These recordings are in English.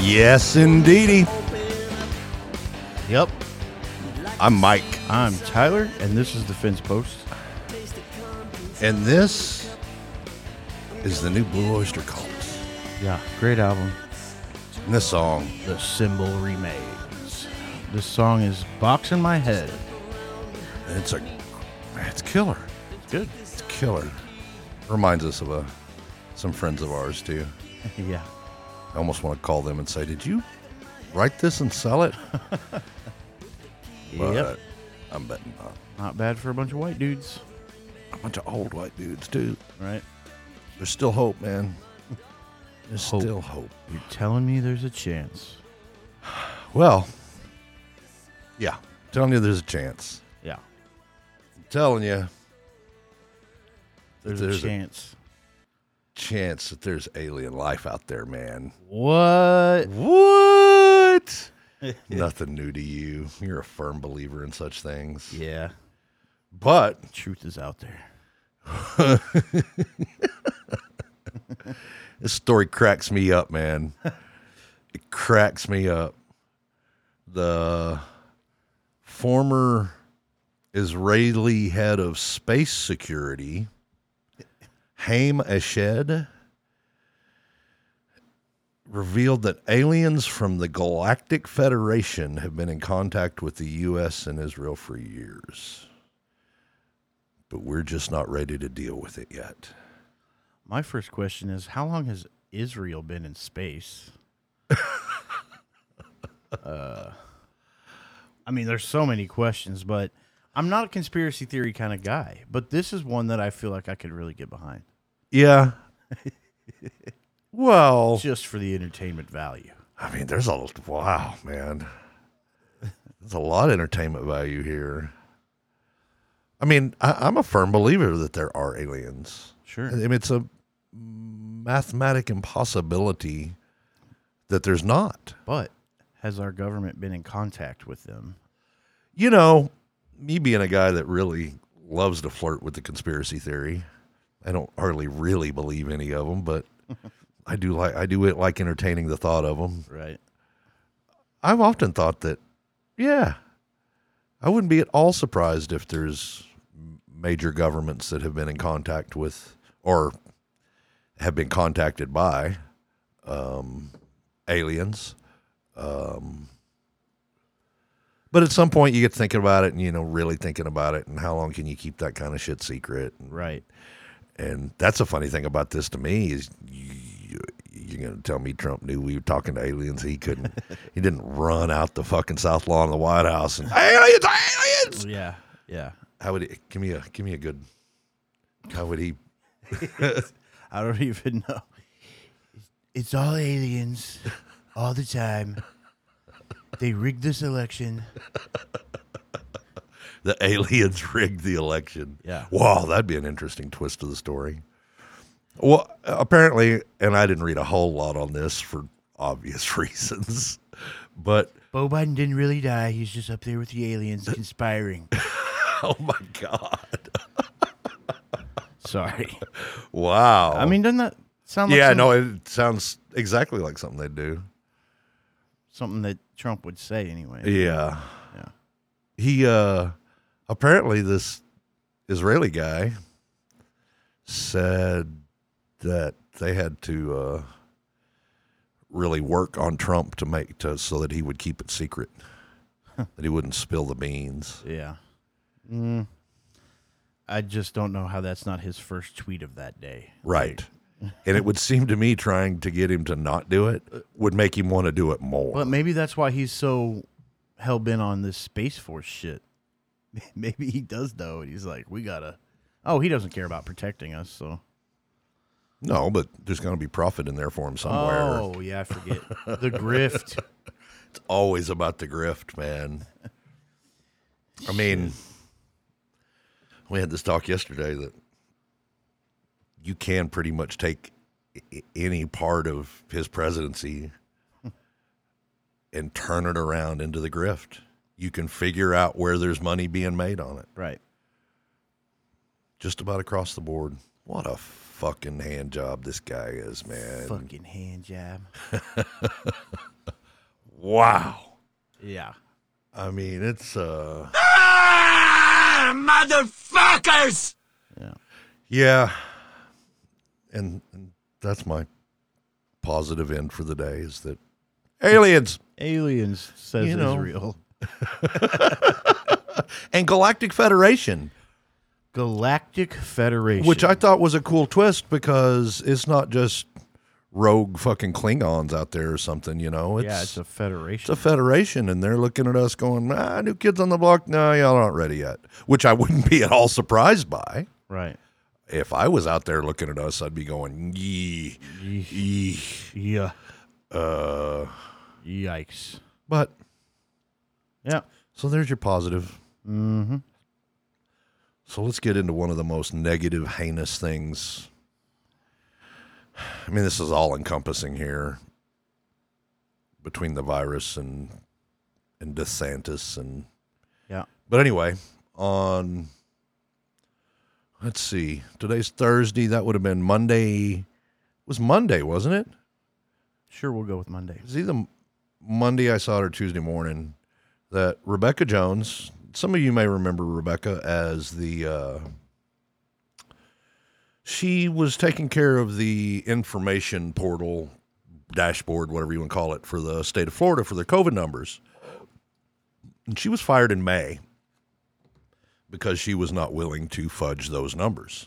Yes, indeedy. Yep. I'm Mike, I'm Tyler, and this is the Fence Post. and this is the new Blue Oyster Cult. Yeah, great album. And this song, The Symbol Remains. This song is boxing my head. it's a, it's killer. Good. It's killer. Reminds us of a, some friends of ours too. yeah. I almost want to call them and say, "Did you write this and sell it?" But Yep. I'm betting not. Not bad for a bunch of white dudes, A bunch of old white dudes too. right? There's still hope, man. There's Hope. still hope. You're telling me there's a chance. Well, yeah, telling you there's a chance. Yeah. telling you There's, There's a a- chance. chance that there's alien life out there, man. What? What? Nothing new to you. You're a firm believer in such things. Yeah. But Truth is out there. this story cracks me up, man. it cracks me up. The former Israeli head of space security, Haim Eshed, revealed that aliens from the Galactic Federation have been in contact with the U.S. and Israel for years. But we're just not ready to deal with it yet. My first question is how long has Israel been in space? uh, I mean, there's so many questions, but I'm not a conspiracy theory kind of guy, but this is one that I feel like I could really get behind Yeah. well, just for the entertainment value. I mean, there's a wow, man. There's a lot of entertainment value here. I mean, I, I'm a firm believer that there are aliens. Sure. I mean, it's a mathematic impossibility that there's not. But has our government been in contact with them? You know, me being a guy that really loves to flirt with the conspiracy theory, I don't hardly really believe any of them, but I do like I do it like entertaining the thought of them. Right. I've often thought that, yeah, I wouldn't be at all surprised if there's m- major governments that have been in contact with or have been contacted by um, aliens. Um, but at some point, you get thinking about it, and you know, really thinking about it, and how long can you keep that kind of shit secret? And, Right. and that's the funny thing about this to me is you, you're going to tell me Trump knew we were talking to aliens. He couldn't, he didn't run out the fucking South Lawn of the White House and aliens, aliens. Yeah. Yeah. How would he give me a give me a good? How would he? I don't even know. It's all aliens all the time. They rigged this election. The aliens rigged the election. Yeah. Wow, that'd be an interesting twist to the story. Well, apparently, and I didn't read a whole lot on this for obvious reasons, but Bo Biden didn't really die. He's just up there with the aliens conspiring. oh my god, Sorry. wow. I mean, doesn't that sound like Oh. yeah, some- no, it sounds exactly like something they'd do. something that Trump would say anyway? Yeah. Yeah. He uh apparently this Israeli guy said that they had to uh really work on Trump to make to so that he would keep it secret. that he wouldn't spill the beans. Yeah. Mm. I just don't know how that's not his first tweet of that day. Right. and it would seem to me trying to get him to not do it would make him want to do it more. Uh, But maybe that's why he's so hell bent on this Space Force shit. Maybe he does know, and he's like, "We gotta." Oh, he doesn't care about protecting us, so. no, but there's going to be profit in there for him somewhere. Oh yeah, I forget the grift. always about the grift, man. I mean, we had this talk yesterday that you can pretty much take i- any part of his presidency and turn it around into the grift. You can figure out where there's money being made on it Right. just about across the board. What a fucking hand job this guy is, man. Fucking hand jab. Wow. Yeah. I mean, it's uh motherfuckers! Yeah. yeah. And, and that's my positive end for the day is that aliens Aliens says You know. Israel. and Galactic Federation, Galactic Federation. which I thought was a cool twist because it's not just rogue fucking Klingons out there or something, you know. It's, yeah, it's a it's a federation. federation and they're looking at us going, ah, new kids on the block. No, y'all aren't ready yet. Which I wouldn't be at all surprised by. right. If I was out there looking at us, I'd be going, yee, yee. Yeah. Uh, Yikes. but Yeah. so there's your positive. Mm-hmm. So let's get into one of the most negative, heinous things. I mean, this is all encompassing here between the virus and and DeSantis and Yeah. But anyway, on let's see, today's Thursday. That would have been Monday. It was Monday, wasn't it? Sure, we'll go with Monday. It was either Monday I saw it or Tuesday morning that Rebecca Jones. Some of you may remember Rebecca as the. Uh, she was taking care of the information portal dashboard, whatever you want to call it, for the state of Florida for their COVID numbers. And she was fired in May because she was not willing to fudge those numbers.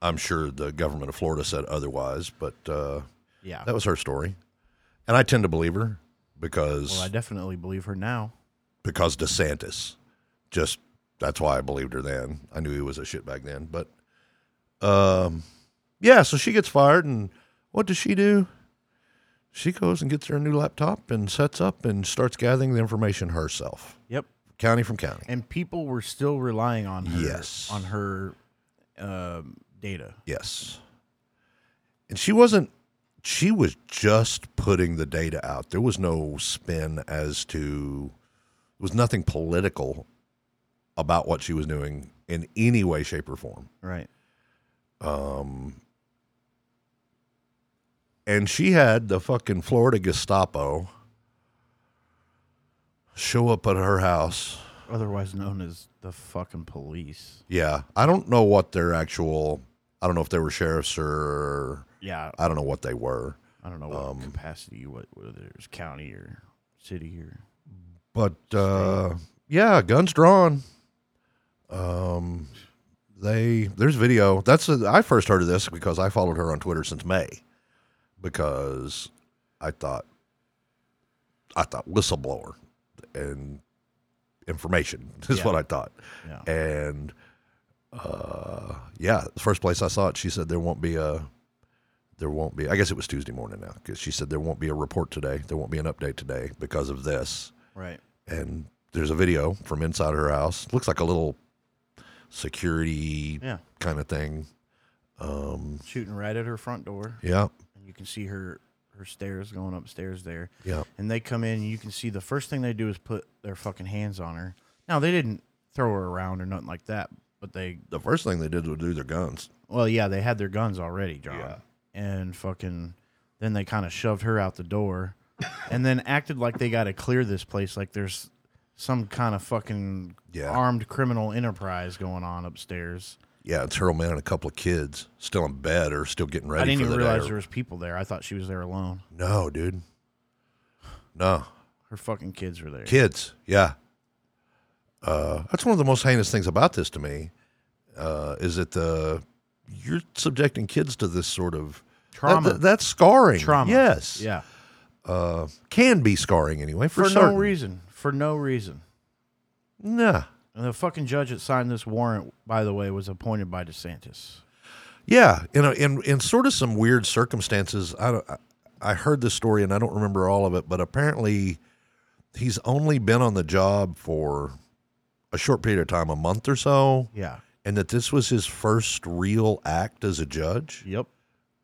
I'm sure the government of Florida said otherwise, but uh, Yeah. that was her story. And I tend to believe her because Well, I definitely believe her now. because DeSantis. Just that's why I believed her then. I knew he was a shitbag then, but um, yeah. So she gets fired, and what does she do? She goes and gets her new laptop and sets up and starts gathering the information herself, Yep. county from county. And people were still relying on her. Yes. On her um, data. Yes. And she wasn't, she was just putting the data out. There was no spin as to, there was nothing political about what she was doing in any way, shape, or form. Right. And she had the fucking Florida Gestapo show up at her house. Otherwise known as the fucking police. Yeah. I don't know what their actual, I don't know if they were sheriffs or, Yeah. I don't know what they were. I don't know what Um, capacity, what whether it's county or city or but uh, yeah, guns drawn. Um, they there's video. That's a, I first heard of this because I followed her on Twitter since May, because I thought I thought whistleblower and information is Yeah. what I thought, yeah. and uh, yeah, the first place I saw it, she said there won't be a there won't be. I guess it was Tuesday morning now because she said there won't be a report today. There won't be an update today because of this Right. and there's a video from inside her house. Looks like a little security Yeah. kind of thing. Shooting right at her front door. Yeah, And you can see her her stairs going upstairs there. yeah, and they come in and you can see the first thing they do is put their fucking hands on her. Now they didn't throw her around or nothing like that, but they The first thing they did was do their guns. well yeah, they had their guns already, John. Yeah. And fucking then they kind of shoved her out the door and then acted like they got to clear this place like there's some kind of fucking Yeah. armed criminal enterprise going on upstairs. Yeah, it's her old man and a couple of kids still in bed or still getting ready. I didn't for even the day realize or- there was people there. I thought she was there alone. No, dude. No Her fucking kids were there. kids. Yeah. Uh, that's one of the most heinous things about this to me, uh, is that the you're subjecting kids to this sort of that- Trauma. that- that's scarring. Trauma. Yes. Yeah. Uh, can be scarring anyway. For, For, certain. no reason. For no reason. Nah. And the fucking judge that signed this warrant, by the way, was appointed by DeSantis. Yeah, in a, in in sort of some weird circumstances. I don't, I- I heard this story and I don't remember all of it, but apparently he's only been on the job for a short period of time, a month or so, Yeah. and that this was his first real act as a judge Yep.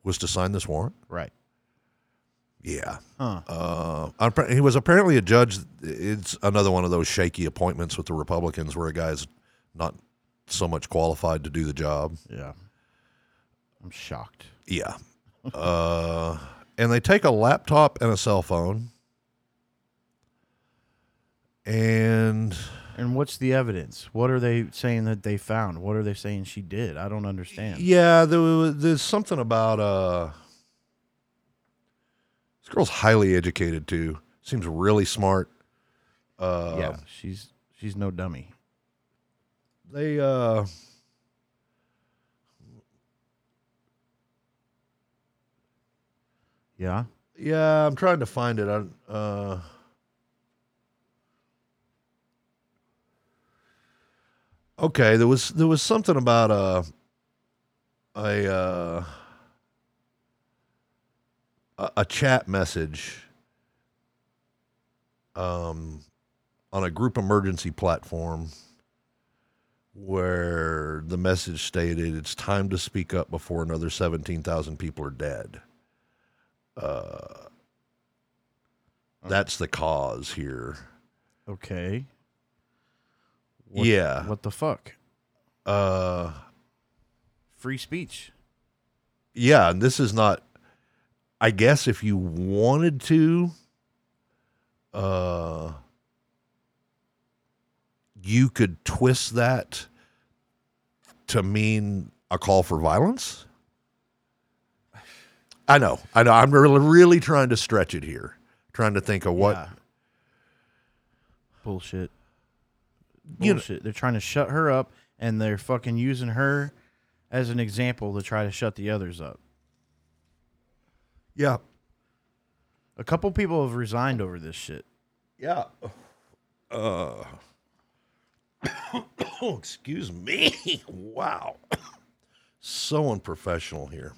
was to sign this warrant. Right. Yeah. Huh. Uh, appa- he was apparently a judge. It's another one of those shaky appointments with the Republicans where a guy's not so much qualified to do the job. Yeah. I'm shocked. Yeah. uh, and they take a laptop and a cell phone. And And what's the evidence? What are they saying that they found? What are they saying she did? I don't understand. yeah, there, wa- there's something about uh, this girl's highly educated too. Seems really smart. Uh, yeah, she's she's no dummy. they uh Yeah. yeah i'm trying to find it i uh okay there was there was something about uh a uh a, a chat message um on a group emergency platform where the message stated it's time to speak up before another 17,000 people are dead. Uh, that's the cause here. Okay. What- Yeah. What the fuck? Uh, Free speech. yeah, and this is not. I guess if you wanted to, uh, you could twist that to mean a call for violence. I know, I know. I'm really, really trying to stretch it here, trying to think of what. Yeah. Bullshit. You know- Bullshit. they're trying to shut her up and they're fucking using her as an example to try to shut the others up. Yeah, A couple people have resigned over this shit. yeah. Uh, excuse me. Wow. So unprofessional here.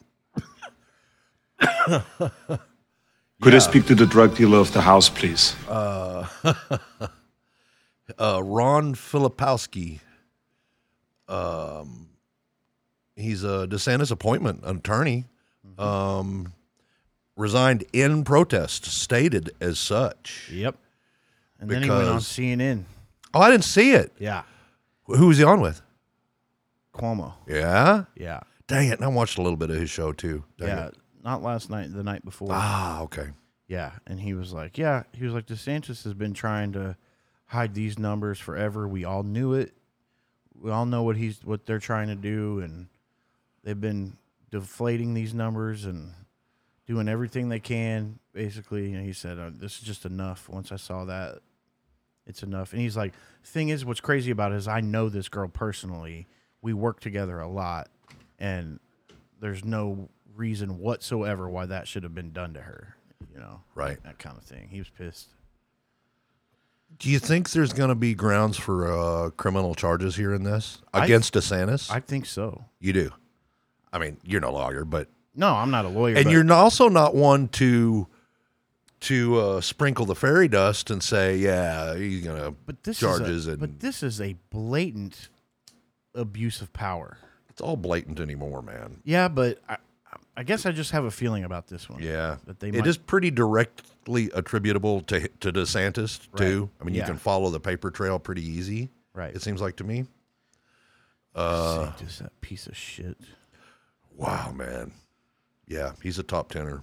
Could I speak to the drug dealer of the house, please? Uh, Ron Filipowski. Um, he's a DeSantis appointment attorney. Um, resigned in protest, stated as such. Yep. And then he went on Because- CNN. Oh, I didn't see it. Yeah. Who was he on with? Cuomo. Yeah. Yeah. Dang it! And I watched a little bit of his show too. Dang yeah. it. Not last night, the night before. Ah, okay. Yeah. And he was like, Yeah. He was like, DeSantis has been trying to hide these numbers forever. We all knew it. We all know what he's what they're trying to do and they've been deflating these numbers and doing everything they can, basically. And he said, uh, This is just enough. Once I saw that, it's enough. And he's like, Thing is, what's crazy about it is I know this girl personally. We work together a lot. And there's no reason whatsoever why that should have been done to her, you know? Right. That kind of thing. He was pissed. Do you think there's going to be grounds for uh, criminal charges here in this against DeSantis? I think so. you do. I mean, you're no lawyer, but No, I'm not a lawyer. and but- you're also not one to to uh, sprinkle the fairy dust and say, yeah, he's gonna. but this charges is a, and- but this is a blatant abuse of power. It's all blatant anymore, man. Yeah, but I, I guess I just have a feeling about this one. Yeah, But they it might- is pretty directly attributable to to DeSantis too. I mean, Yeah. you can follow the paper trail pretty easy. Right. It seems like to me. just that piece of shit. Wow, man. Yeah, he's a top tenner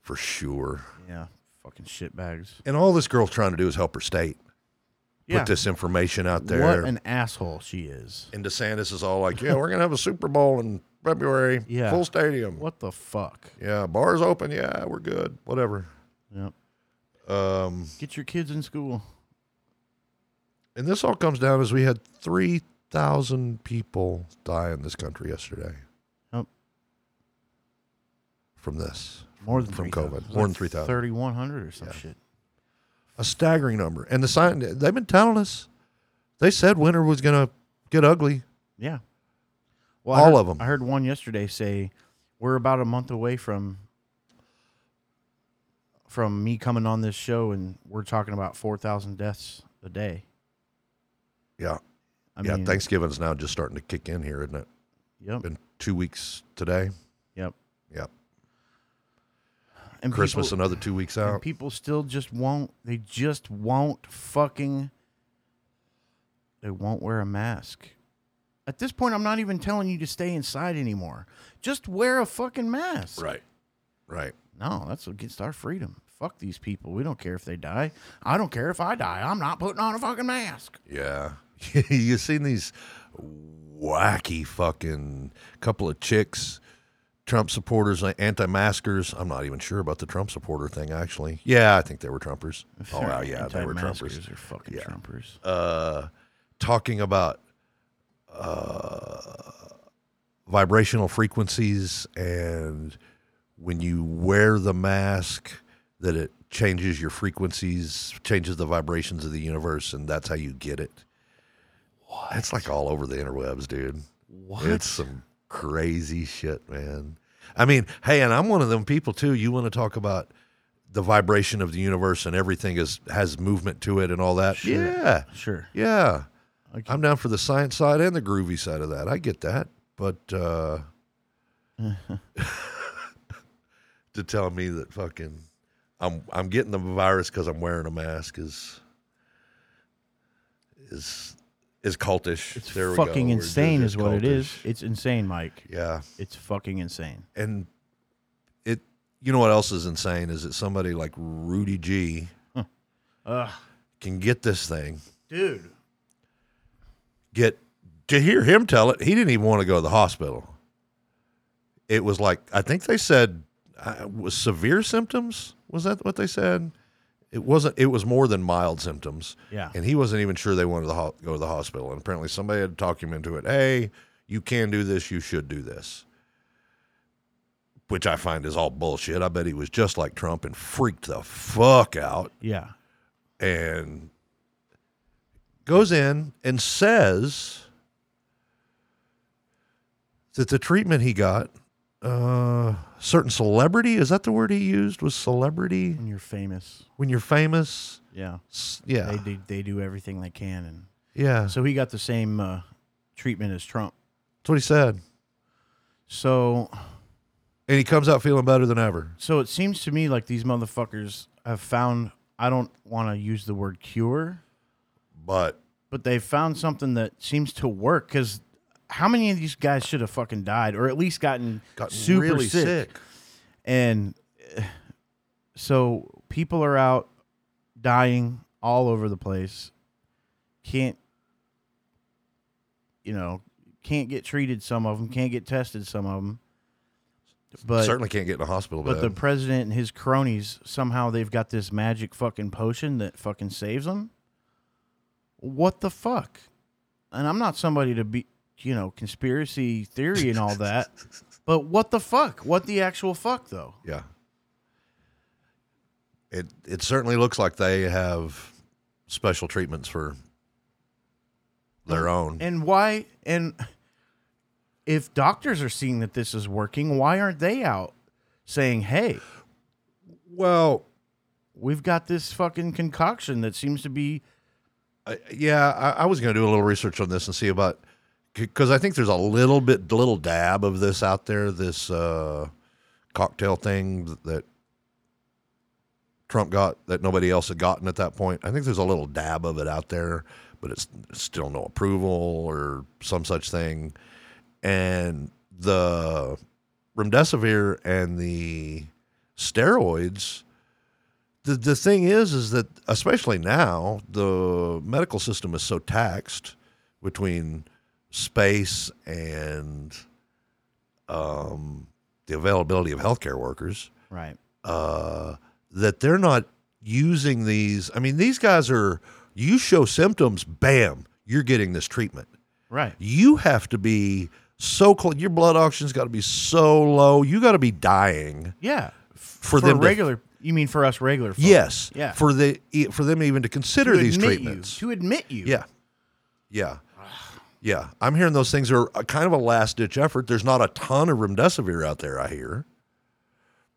for sure. Yeah, fucking shit bags. And all this girl's trying to do is help her state. Yeah. Put this information out there. What an asshole she is. and DeSantis is all like, yeah, we're going to have a Super Bowl in February. Yeah. Full stadium. What the fuck? Yeah, bars open. Yeah, we're good. Whatever. Yep. Um, Get your kids in school. and this all comes down as we had 3,000 people die in this country yesterday Yep. from this. More than From 3,000. COVID. It was More than like 3,000. 3,100 or some Yeah. shit. A staggering number. And the sign, they've been telling us, they said winter was going to get ugly. Yeah. Well, I All heard- of 'em. I heard one yesterday say we're about a month away from from me coming on this show, and we're talking about four thousand deaths a day. Yeah. I yeah. mean, Thanksgiving's now just starting to kick in here, isn't it? Yep. Been two weeks today. Yep. Yep. And Christmas, people, another two weeks out. and people still just won't. They just won't fucking. They won't wear a mask. At this point, I'm not even telling you to stay inside anymore. Just wear a fucking mask. Right. Right. No, that's against our freedom. Fuck these people. We don't care if they die. I don't care if I die. I'm not putting on a fucking mask. Yeah. you seen these wacky fucking couple of chicks, Trump supporters, anti maskers. I'm not even sure about the Trump supporter thing, actually. Yeah, I think they were Trumpers. Oh, wow. Yeah, they were Trumpers. Anti-maskers are fucking Yeah. Trumpers. Uh, talking about uh, vibrational frequencies and when you wear the mask, that it changes your frequencies, changes the vibrations of the universe, and that's how you get it. It's like all over the interwebs, dude. What? It's some crazy shit, man. I mean, hey, and I'm one of them people too. You want to talk about the vibration of the universe and everything is has movement to it and all that. Sure. Yeah. Sure. Yeah. I can- I'm down for the science side and the groovy side of that. I get that. But uh to tell me that fucking I'm I'm getting the virus cuz I'm wearing a mask is is is cultish. It's There we go. fucking We're- insane, it's is what it is. cultish. It's insane, Mike. Yeah. It's fucking insane. and it you know what else is insane is that somebody like Rudy G Ugh. can get this thing Dude. get to hear him tell it he didn't even want to go to the hospital it was like I think they said uh, was severe symptoms was that what they said it wasn't it was more than mild symptoms Yeah. and he wasn't even sure they wanted to ho- go to the hospital and apparently somebody had talked him into it hey you can do this you should do this which I find is all bullshit. I bet he was just like Trump and freaked the fuck out Yeah. and goes in and says that the treatment he got, uh, certain celebrity, is that the word he used? Was celebrity When you're famous. when you're famous? Yeah. S- Yeah. They do they do everything they can and yeah. so he got the same uh, treatment as Trump. That's what he said. So And he comes out feeling better than ever. so it seems to me like these motherfuckers have found I don't want to use the word cure, But but they've found something that seems to work cuz how many of these guys should have fucking died or at least gotten, got super really sick. sick. and uh, so people are out dying all over the place can't you know can't get treated some of them can't get tested some of them but Certainly can't get in a hospital but bed. the president and his cronies somehow they've got this magic fucking potion that fucking saves them what the fuck and i'm not somebody to be you know conspiracy theory and all that but what the fuck what the actual fuck though Yeah. It it certainly looks like they have special treatments for their own. And why? And if doctors are seeing that this is working, why aren't they out saying, "Hey, Well, we've got this fucking concoction that seems to be I, yeah, I, I was going to do a little research on this and see about because I think there's a little bit, little dab of this out there. This uh, cocktail thing that Trump got that nobody else had gotten at that point. I think there's a little dab of it out there, but it's still no approval or some such thing. And the remdesivir and the steroids the the thing is is that especially now the medical system is so taxed between space and um, the availability of healthcare workers right." uh, that they're not using these. I mean, these guys are. You show symptoms, bam, you're getting this treatment. Right. You have to be so close. Your blood oxygen's got to be so low. You got to be dying Yeah. for, them to regular you mean for us regular folks. Yes. Yeah. For the e- for them even to consider to these admit treatments. You, to admit you. yeah. Yeah. Yeah. I'm hearing those things are a kind of a last ditch effort. There's not a ton of remdesivir out there. I hear.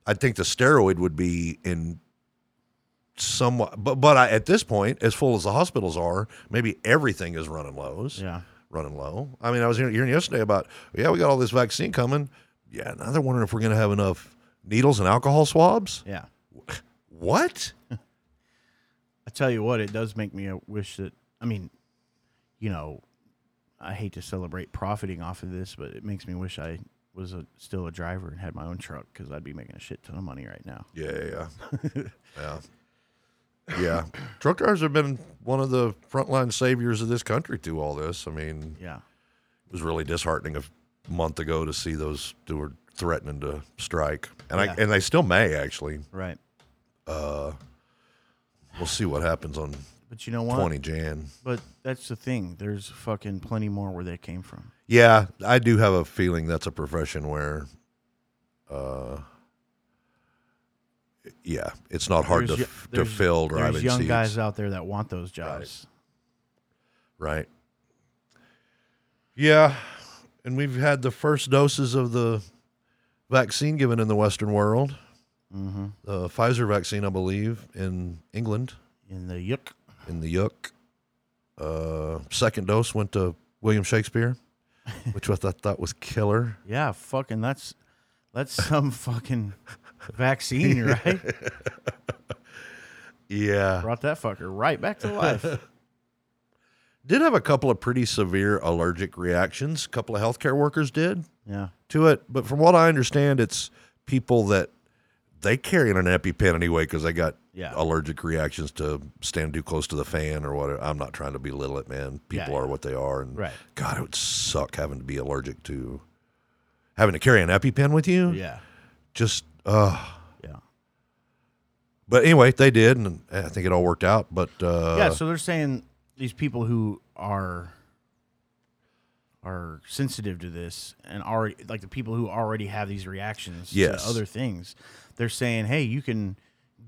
I think the steroid would be in somewhat, but but I, at this point, as full as the hospitals are, maybe everything is running lows Yeah. running low. I mean, I was hearing, hearing yesterday about, yeah, we got all this vaccine coming. Yeah, now they're wondering if we're going to have enough needles and alcohol swabs. Yeah. What? uh, I tell you what, it does make me wish that I mean, you know, I hate to celebrate profiting off of this, but it makes me wish I was a, still a driver and had my own truck because I'd be making a shit ton of money right now. Yeah, yeah, yeah. yeah. yeah. Truck drivers have been one of the frontline saviors of this country through all this. I mean, Yeah. it was really disheartening a month ago to see those who were threatening to strike, and Yeah. I and they still may actually. Right. We'll see what happens on But you know what? twenty Jan. But that's the thing. There's fucking plenty more where they came from. Yeah, I do have a feeling that's a profession where, uh, yeah, it's not hard There's to yo- f- to there's- fill driving There's young seats, guys out there that want those jobs. right? Yeah, and we've had the first doses of the vaccine given in the Western world, Mm-hmm. the Pfizer vaccine, I believe, in England In the yuck. in the Yuck. Uh, second dose went to William Shakespeare, which I thought thought was killer. Yeah, fucking that's that's some fucking vaccine, right? Yeah, Brought that fucker right back to life. did have a couple of pretty severe allergic reactions. A couple of healthcare workers did Yeah. to it, but from what I understand, it's people that they carry in an EpiPen anyway because they got Yeah. allergic reactions to stand too close to the fan or whatever. I'm not trying to belittle it, man. Yeah, People yeah. are what they are, and Right. God, it would suck having to be allergic to having to carry an EpiPen with you. Yeah. Just uh Yeah. but anyway, they did, and I think it all worked out. But uh, yeah, so they're saying these people who are are sensitive to this and already like the people who already have these reactions Yes. to other things. They're saying, "Hey, you can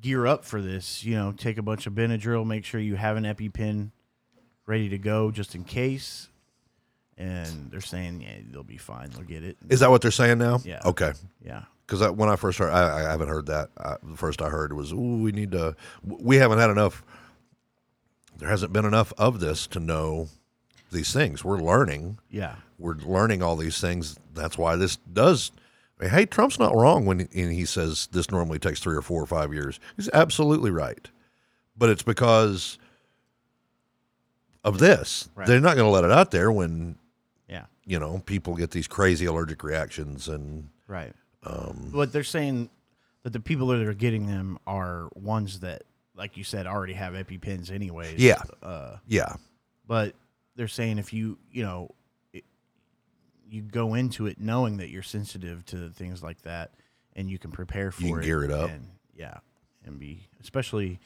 gear up for this, you know, take a bunch of Benadryl, make sure you have an EpiPen ready to go just in case." And they're saying, "Yeah, they'll be fine. They'll get it." is that what they're saying now? Yeah. Okay. yeah. because when I first heard, I, I haven't heard that. I, the first I heard was, "Ooh, we need to. We haven't had enough. There hasn't been enough of this to know these things. We're learning. Yeah. We're learning all these things. That's why this does." I mean, Hey, Trump's not wrong when and he says this normally takes three or four or five years. He's absolutely right, but it's because of this. Right. They're not going to let it out there when Yeah. you know people get these crazy allergic reactions and Right. Um, but they're saying that the people that are getting them are ones that, like you said, already have EpiPens anyways. Yeah. Uh, yeah, but they're saying if you, you know, it, you go into it knowing that you're sensitive to things like that and you can prepare for You can it. gear it up. And, yeah. And be, especially,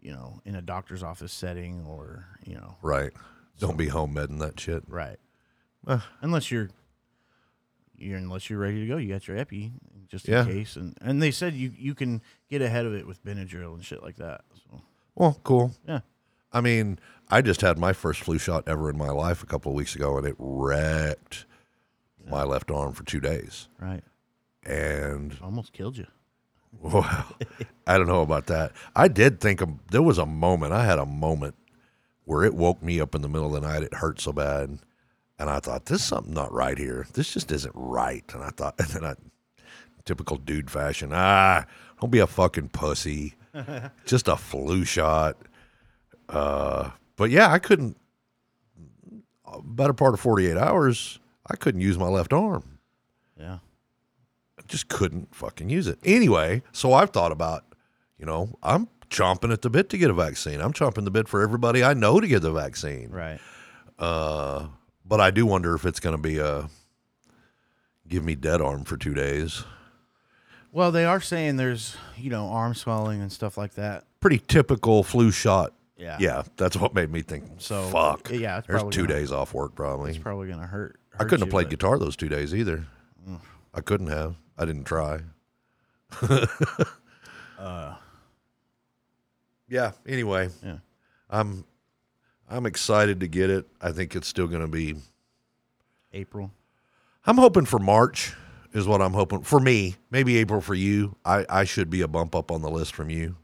you know, in a doctor's office setting or, you know, right. Don't be home medding that shit. right. Uh. unless you're you're unless you're ready to go, you got your epi just Yeah. in case. And and they said you you can get ahead of it with Benadryl and shit like that. So Well, cool. yeah, I mean, I just had my first flu shot ever in my life a couple of weeks ago, and it wrecked my left arm for two days. right. And Almost killed you. wow, I don't know about that. I did think um there was a moment. I had a moment where it woke me up in the middle of the night. It hurt so bad, and I thought, "There's something not right here. This just isn't right." And I thought, and then I, typical dude fashion, ah, don't be a fucking pussy. just a flu shot. Uh, but yeah, I couldn't. uh, Better part of forty-eight hours, I couldn't use my left arm Yeah, just couldn't fucking use it. Anyway, so I've thought about, you know, I'm chomping at the bit to get a vaccine. I'm chomping the bit for everybody I know to get the vaccine. right. Uh, but I do wonder if it's going to be a give me dead arm for two days. Well, they are saying there's you know arm swelling and stuff like that. Pretty typical flu shot. Yeah. Yeah, that's what made me think. So So, fuck. yeah, it's there's probably 2 gonna- days off work probably. It's probably gonna hurt. I couldn't have played guitar. guitar those two days either. I couldn't have. I didn't try. yeah. Anyway, Yeah. I'm I'm excited to get it. I think it's still going to be. April. I'm hoping for March is what I'm hoping for me. Maybe April for you. I I should be a bump up on the list from you.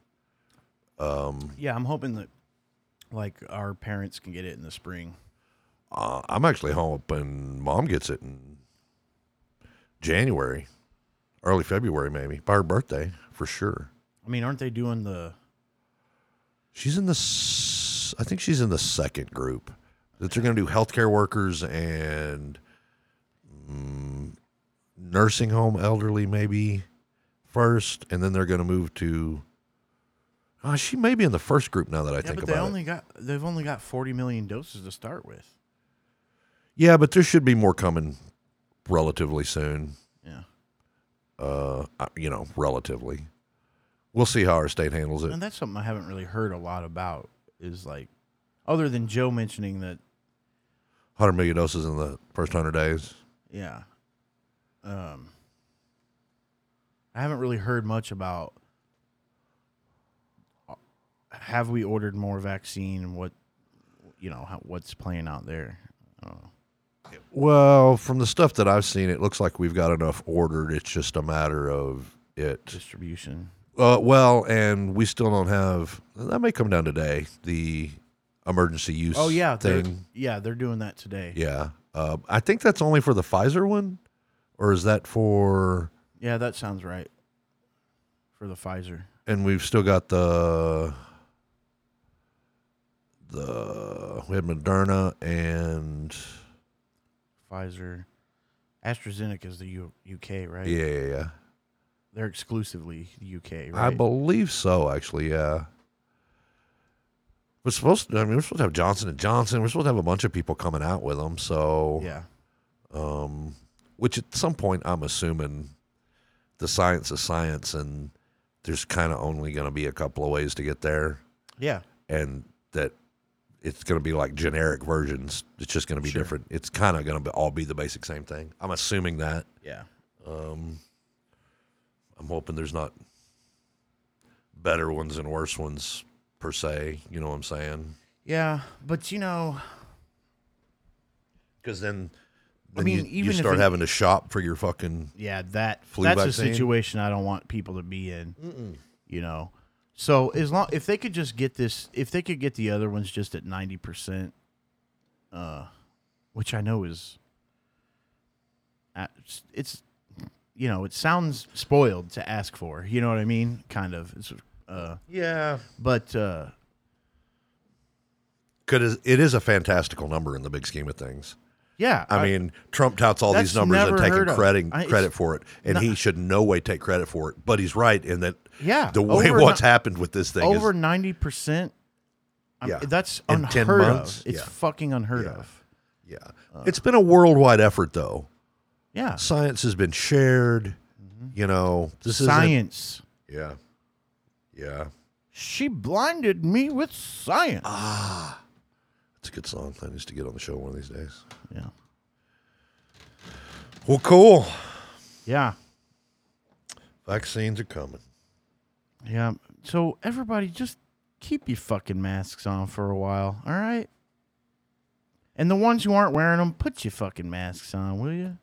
Yeah, I'm hoping that like our parents can get it in the spring. Uh, I'm actually hoping mom gets it in January, early February maybe by her birthday for sure. I mean, aren't they doing the She's in the. s- I think she's in the second group. that they're going to do healthcare workers and mm, nursing home elderly maybe first, and then they're going to move to. Oh, she may be in the first group now that I Yeah, think but about they it. only got they've only got forty million doses to start with. Yeah, but there should be more coming relatively soon. Yeah, Uh, I- you know, relatively. We'll see how our state handles it. and that's something I haven't really heard a lot about. Is like, other than Joe mentioning that, 100 million doses in the first 100 days. yeah, um, I haven't really heard much about. uh, Have we ordered more vaccine? and What, you know, how, what's playing out there? uh, I don't know. Well, from the stuff that I've seen, it looks like we've got enough ordered. It's just a matter of it. Distribution. Uh, well, and we still don't have. That may come down today. The emergency use. Oh yeah, they're, thing. yeah, they're doing that today. Yeah, uh, I think that's only for the Pfizer one, or is that for? Yeah, that sounds right. For the Pfizer. And we've still got the the we had Moderna and Pfizer. AstraZeneca is the U- UK, right? yeah, yeah, yeah. They're exclusively UK, right? I believe so, actually. Yeah. We're supposed to. I mean, we're supposed to have Johnson and Johnson. We're supposed to have a bunch of people coming out with them. So, yeah. um, which at some point, I'm assuming the science is science, and there's kind of only going to be a couple of ways to get there, Yeah. and that it's going to be like generic versions. It's just going to be Sure. different. It's kind of going to all be the basic same thing. I'm assuming that. Yeah. Um, I'm hoping there's not better ones and worse ones per se. You know what I'm saying? Yeah. But, you know, Because then, I then mean, you, you even if start it- having to shop for your fucking. yeah, that Flu that's vaccine? a situation I don't want people to be in, you know. So, as long if they could just get this, if they could get the other ones just at 90%, uh, which I know is at, it's you know, it sounds spoiled to ask for, you know what I mean? Kind of. It's uh Yeah, But uh, because it is a fantastical number in the big scheme of things. yeah, I, mean, Trump touts all these that's numbers and never taking heard of. credit I- it's credit for it, and he should no way take credit for it. But he's right in that Yeah, the way over what's ni- happened with this thing over is ninety percent. Yeah. that's In 10 unheard months? of. It's Yeah. fucking unheard Yeah. of. yeah, it's been a worldwide effort though. Yeah, Science has been shared. You know, this is Mm-hmm. science. Yeah. Yeah. She blinded me with science. Ah. It's a good song that needs to get on the show one of these days. yeah, Well, cool. yeah, Vaccines are coming. yeah. So everybody, just keep your fucking masks on for a while, all right? And the ones who aren't wearing them, put your fucking masks on, will you?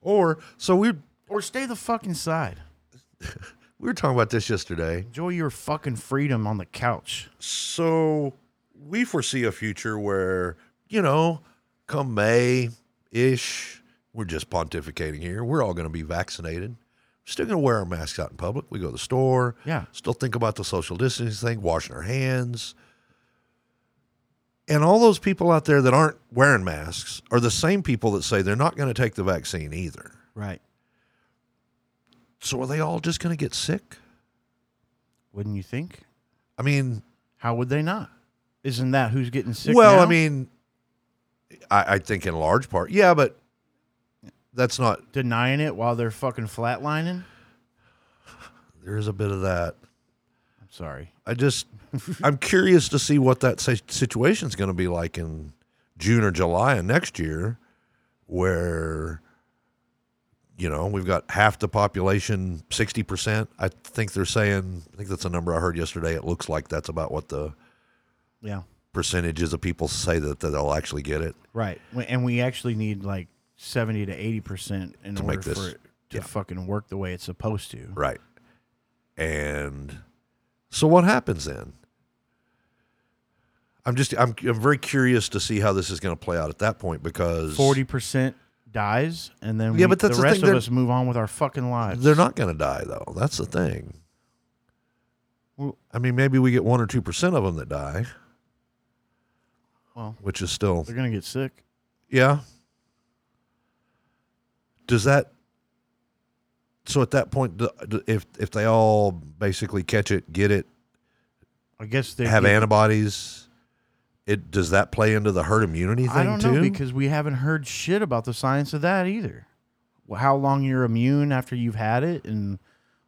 Or so we Or stay the fuck inside. we were talking about this yesterday. Enjoy your fucking freedom on the couch. So we foresee a future where, you know, come May ish, we're just pontificating here. We're all gonna be vaccinated. Still gonna wear our masks out in public. We go to the store. Yeah. Still think about the social distancing thing, washing our hands. And all those people out there that aren't wearing masks are the same people that say they're not going to take the vaccine either. Right. So are they all just going to get sick? Wouldn't you think? I mean, How would they not? Isn't that who's getting sick? well, now? I mean, I, I think in large part, yeah, but that's not. denying it while they're fucking flatlining. There is a bit of that. I'm sorry. I just, I'm curious to see what that situation is going to be like in June or July of next year, where, you know, we've got half the population, 60%. I think they're saying, I think that's a number I heard yesterday. It looks like that's about what the Yeah, percentage is of people say that, that they'll actually get it. right. We- And we actually need like seventy to eighty percent in To order make this- for it to yeah. fucking work the way it's supposed to. Right. And so what happens then? I'm just I'm I'm very curious to see how this is going to play out at that point because Forty percent dies, and then Yeah, we- but that's the the rest thing, of they're- us move on with our fucking lives. They're not going to die though. That's the thing. Well- I mean, maybe we get one or two percent of them that die. Well, which is still they're gonna get sick. yeah. Does that? So at that point, do- do- if if they all basically catch it, get it, I guess they have get- antibodies, it does that play into the herd immunity thing I don't too? know because we haven't heard shit about the science of that either. Wh- How long you're immune after you've had it and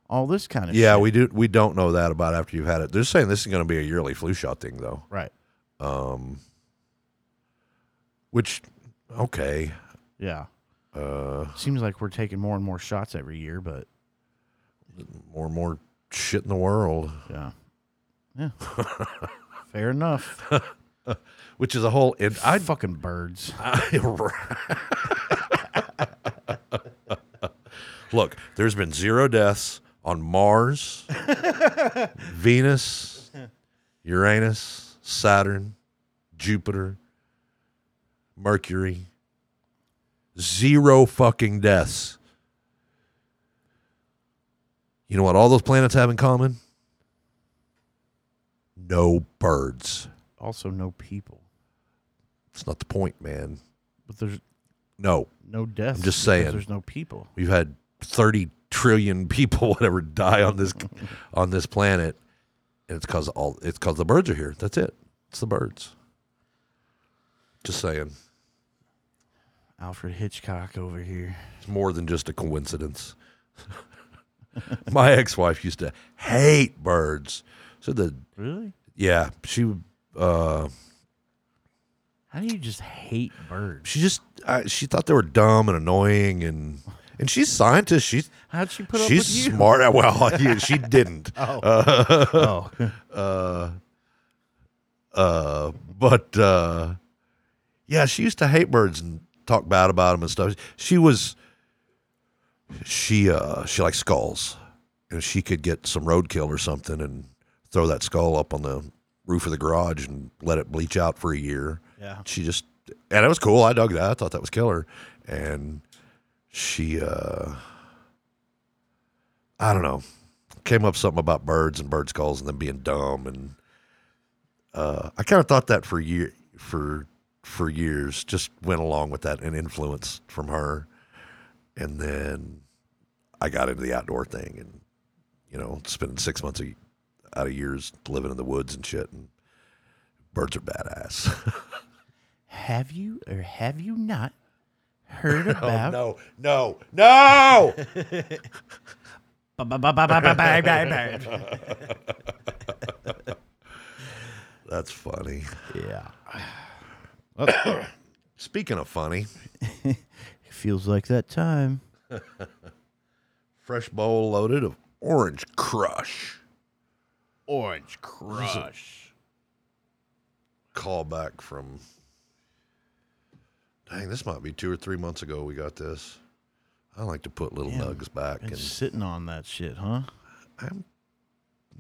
all this kind of yeah, shit. we do. We don't know that about after you've had it. They're saying this is going to be a yearly flu shot thing though. right Um, which okay, yeah uh, seems like we're taking more and more shots every year but more and more shit in the world. yeah yeah fair enough which is a whole. And I, fucking birds look, there's been zero deaths on Mars, Venus, Uranus, Saturn, Jupiter, Mercury. Zero fucking deaths. You know what all those planets have in common? No birds. also no people It's not the point, man. but there's No, no deaths I'm just because saying. there's no people We've had 30 trillion people, whatever, die on this on this planet, and it's cause all it's cause the birds are here. That's it. It's the birds. Just saying, Alfred Hitchcock over here it's more than just a coincidence. My ex-wife used to hate birds. So the really yeah, she would, uh how do you just hate birds she just uh, she thought they were dumb and annoying and and she's scientist. She's how'd she put she's up with you smart. Well, yeah, she didn't. oh uh, uh, but uh, yeah, she used to hate birds and talk bad about them and stuff. She was she uh she liked skulls, and she could get some roadkill or something and throw that skull up on the roof of the garage and let it bleach out for a year. yeah She just and it was cool. I dug that. I thought that was killer. And she uh I don't know. Came up something about birds and bird skulls and them being dumb and uh I kind of thought that for year for for years just went along with that and influence from her. And then I got into the outdoor thing and you know, spending 6 months a, out of years living in the woods and shit and birds are badass. have you or have you not heard about Oh, No, no, no. yeah. That's funny. Speaking of funny, Feels like that time. fresh bowl loaded of orange crush. Orange Crush. Callback from. Dang, this might be two or three months ago we got this. I like to put little Yeah, nugs back, Been and sitting on that shit, huh? I'm,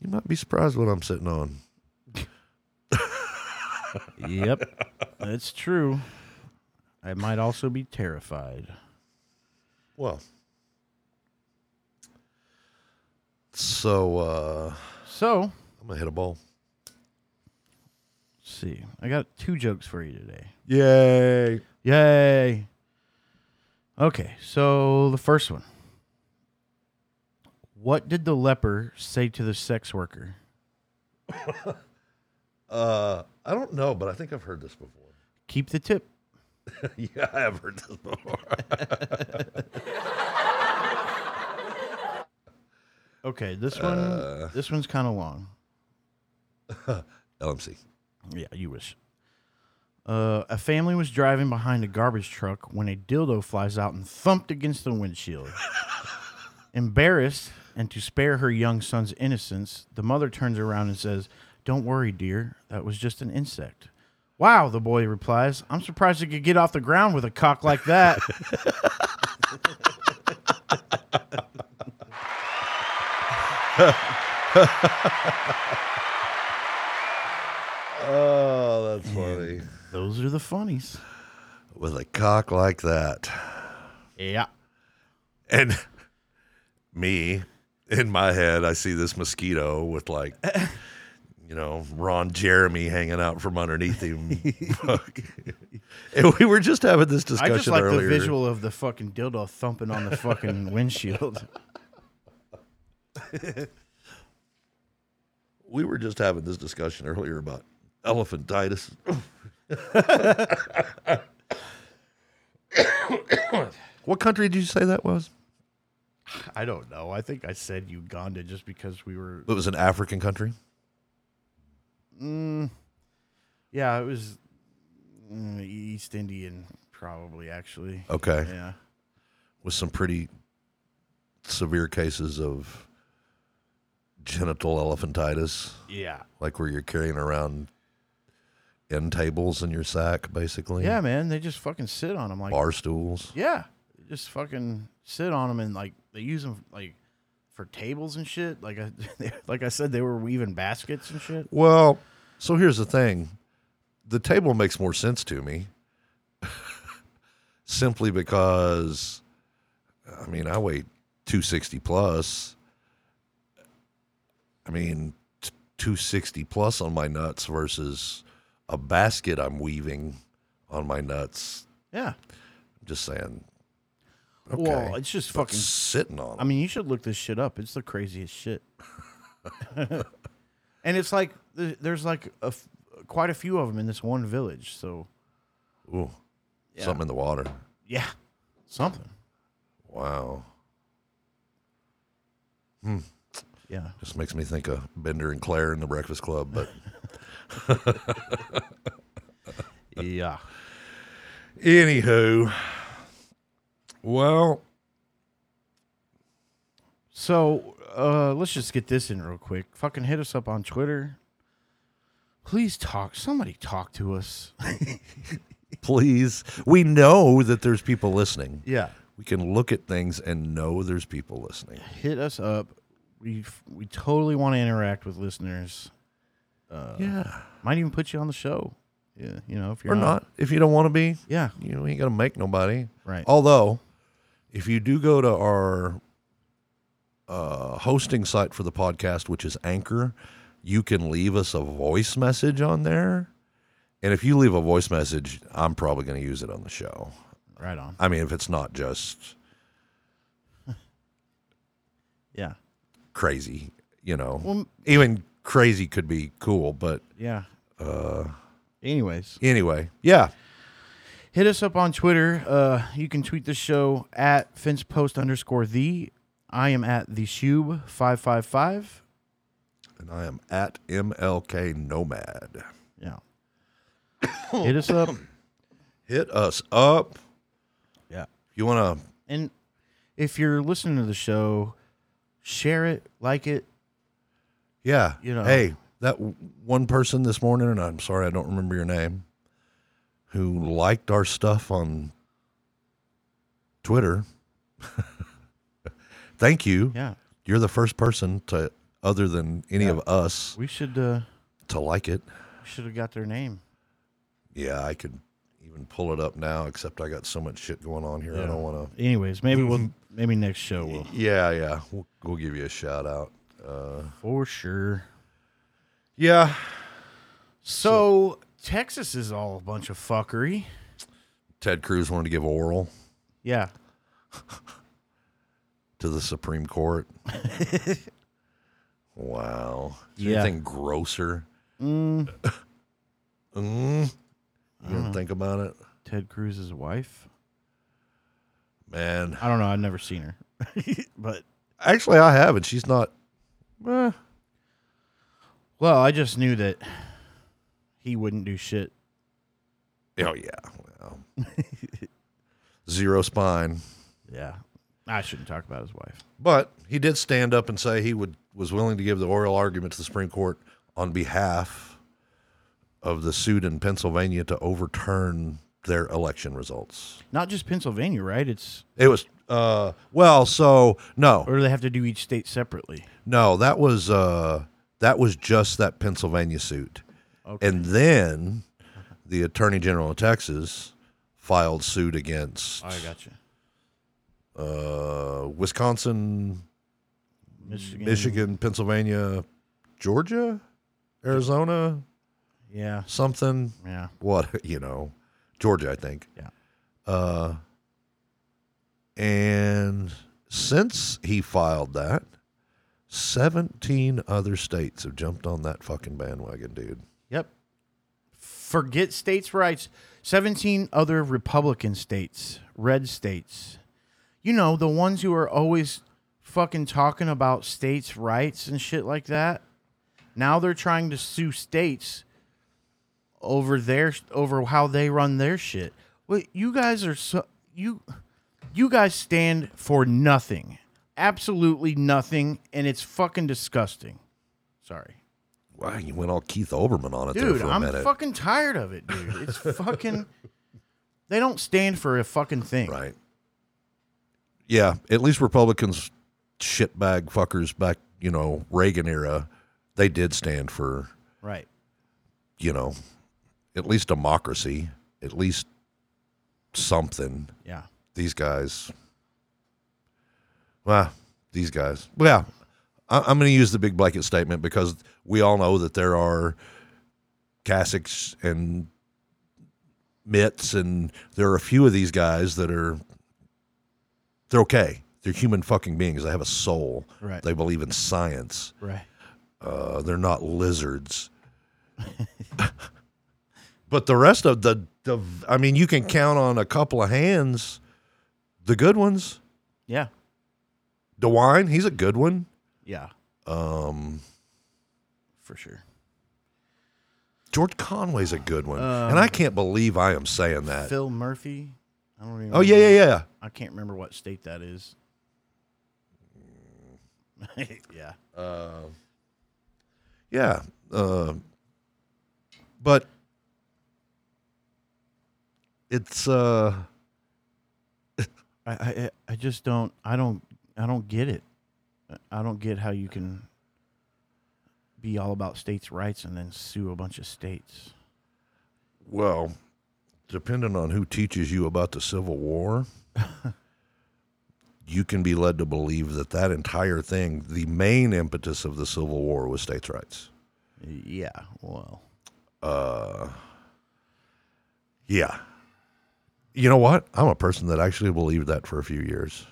you might be surprised what I'm sitting on. Yep. That's true. I might also be terrified. Well, so uh, So, I'm gonna hit a bowl. let's see. I got two jokes for you today. Yay! Yay. Okay, so the first one. What did the leper say to the sex worker? Uh, I don't know, but I think I've heard this before. Keep the tip. Yeah, I have heard this before. Okay, this one this one's kind of long. LMC. Yeah, you wish. Uh, a family was driving behind a garbage truck when a dildo flies out and thumped against the windshield. Embarrassed and to spare her young son's innocence, the mother turns around and says, Don't worry, dear. That was just an insect. Wow, the boy replies. I'm surprised it could get off the ground with a cock like that. Oh, that's funny. Those are the funnies. With a cock like that. Yeah. And me, in my head, I see this mosquito with like you know, Ron Jeremy hanging out from underneath him. Fuck. and we were just having this I discussion just like earlier. the visual of the fucking dildo thumping on the fucking windshield. We were just having this discussion earlier about elephantitis. what country did you say that was? I don't know. I think I said Uganda just because we were. It was an African country. Yeah, it was mm, East Indian, probably actually. Okay. Yeah. with some pretty severe cases of genital elephantitis, Yeah. like where you're carrying around end tables in your sack, basically. Yeah, man. They just fucking sit on them like. Bar stools. Yeah. They just fucking sit on them and like they use them like for tables and shit. Like I, like I said, they were weaving baskets and shit. Well, so here's the thing the table makes more sense to me simply because, I mean, I weigh 260 plus. I mean, t- 260 plus on my nuts versus a basket I'm weaving on my nuts. Yeah. Just saying, Well, Okay. it's just fucking. sitting on I mean, you should look this shit up. It's the craziest shit. and it's like th- there's like a f- quite a few of them in this one village. So them. Ooh, something in the water. yeah, something. Wow. Yeah. Just makes me think of Bender and Claire in the Breakfast Club, but. Yeah. Anywho, well, So uh, let's just get this in real quick. Fucking hit us up on Twitter. Please talk. Somebody talk to us. please, we know that there's people listening. yeah. We can look at things and know there's people listening. Hit us up. We f- we totally want to interact with listeners. yeah, Might even put you on the show. Yeah. You know if you're or not. If you don't want to be, Yeah. you know, you ain't gonna make nobody. Right. Although, if you do go to our uh, hosting site for the podcast, which is Anchor, you can leave us a voice message on there. And if you leave a voice message, I'm probably going to use it on the show. Right on. I mean, if it's not just Yeah. crazy, you know. Well, Even crazy could be cool, but Yeah. Uh. Anyways, anyway, yeah. hit us up on Twitter. Uh, you can tweet the show at fencepost underscore the. I am at the shub five five five. And I am at MLK Nomad. Yeah. hit us up. Hit us up. Yeah. If you want to, And if you're listening to the show, share it, like it. yeah. You know. hey, that w- one person this morning, and I'm sorry I don't remember your name, who liked our stuff on Twitter. Thank you. Yeah. You're the first person to, other than any of us, We should uh to like it. we should have got their name. Yeah, I could even pull it up now, except I got so much shit going on here. I don't want to. Anyways, maybe we'll maybe next show we'll Yeah, yeah. We'll, we'll give you a shout out. Uh, for sure. yeah. So Texas is all a bunch of fuckery. Ted Cruz wanted to give oral Yeah. to the Supreme Court. wow. Is there Yeah. anything grosser? Mm. You going to think about it? Ted Cruz's wife. Man. I don't know. I've never seen her. but Actually, I have, and she's not. eh. well, I just knew that he wouldn't do shit. Oh, yeah. Well. Zero spine. Yeah. I shouldn't talk about his wife. But he did stand up and say he would was willing to give the oral argument to the Supreme Court on behalf of the suit in Pennsylvania to overturn their election results. Not just Pennsylvania, right? It's It was uh well, so no. or do they have to do each state separately? No, that was uh that was just that Pennsylvania suit. And then the Attorney General of Texas filed suit against I got you. uh Wisconsin, Michigan. Michigan, Pennsylvania, Georgia, Arizona, Yeah. something, Yeah. what you know, Georgia, I think. Yeah. Uh, and since he filed that, seventeen other states have jumped on that fucking bandwagon, dude. Yep. Forget states' rights. 17 other Republican states, red states. You know, the ones who are always fucking talking about states' rights and shit like that. Now they're trying to sue states over their over how they run their shit. Well, you guys are so you you guys stand for nothing. Absolutely nothing and it's fucking disgusting. Sorry. Wow, you went all Keith Olbermann on it there Dude, for a I'm minute, fucking tired of it, dude. It's fucking. They don't stand for a fucking thing. right? Yeah, at least Republicans, shitbag fuckers back, you know, Reagan era, they did stand for Right. you know, at least democracy, at least something. Yeah. These guys, well, these guys, well, I, I'm going to use the big blanket statement because we all know that there are cassocks and mitts, and there are a few of these guys that are they're okay. They're human fucking beings. They have a soul. Right. They believe in science. Right. Uh, they're not lizards. but the rest of the, the, I mean, you can count on a couple of hands the good ones. Yeah. DeWine, he's a good one. Yeah. Um, For sure. George Conway's a good one. and I can't believe I am saying that. Phil Murphy. I don't even. oh, yeah, yeah, yeah. I can't remember what state that is. yeah. Yeah. Uh, but it's, uh, I, I I just don't. I don't. I don't get it. I don't get how you can be all about states' rights and then sue a bunch of states. Well, depending on who teaches you about the Civil War, you can be led to believe that that entire thing, the main impetus of the Civil War, was states' rights. Uh, Yeah. Well. Yeah. You know what? I'm a person that actually believed that for a few years.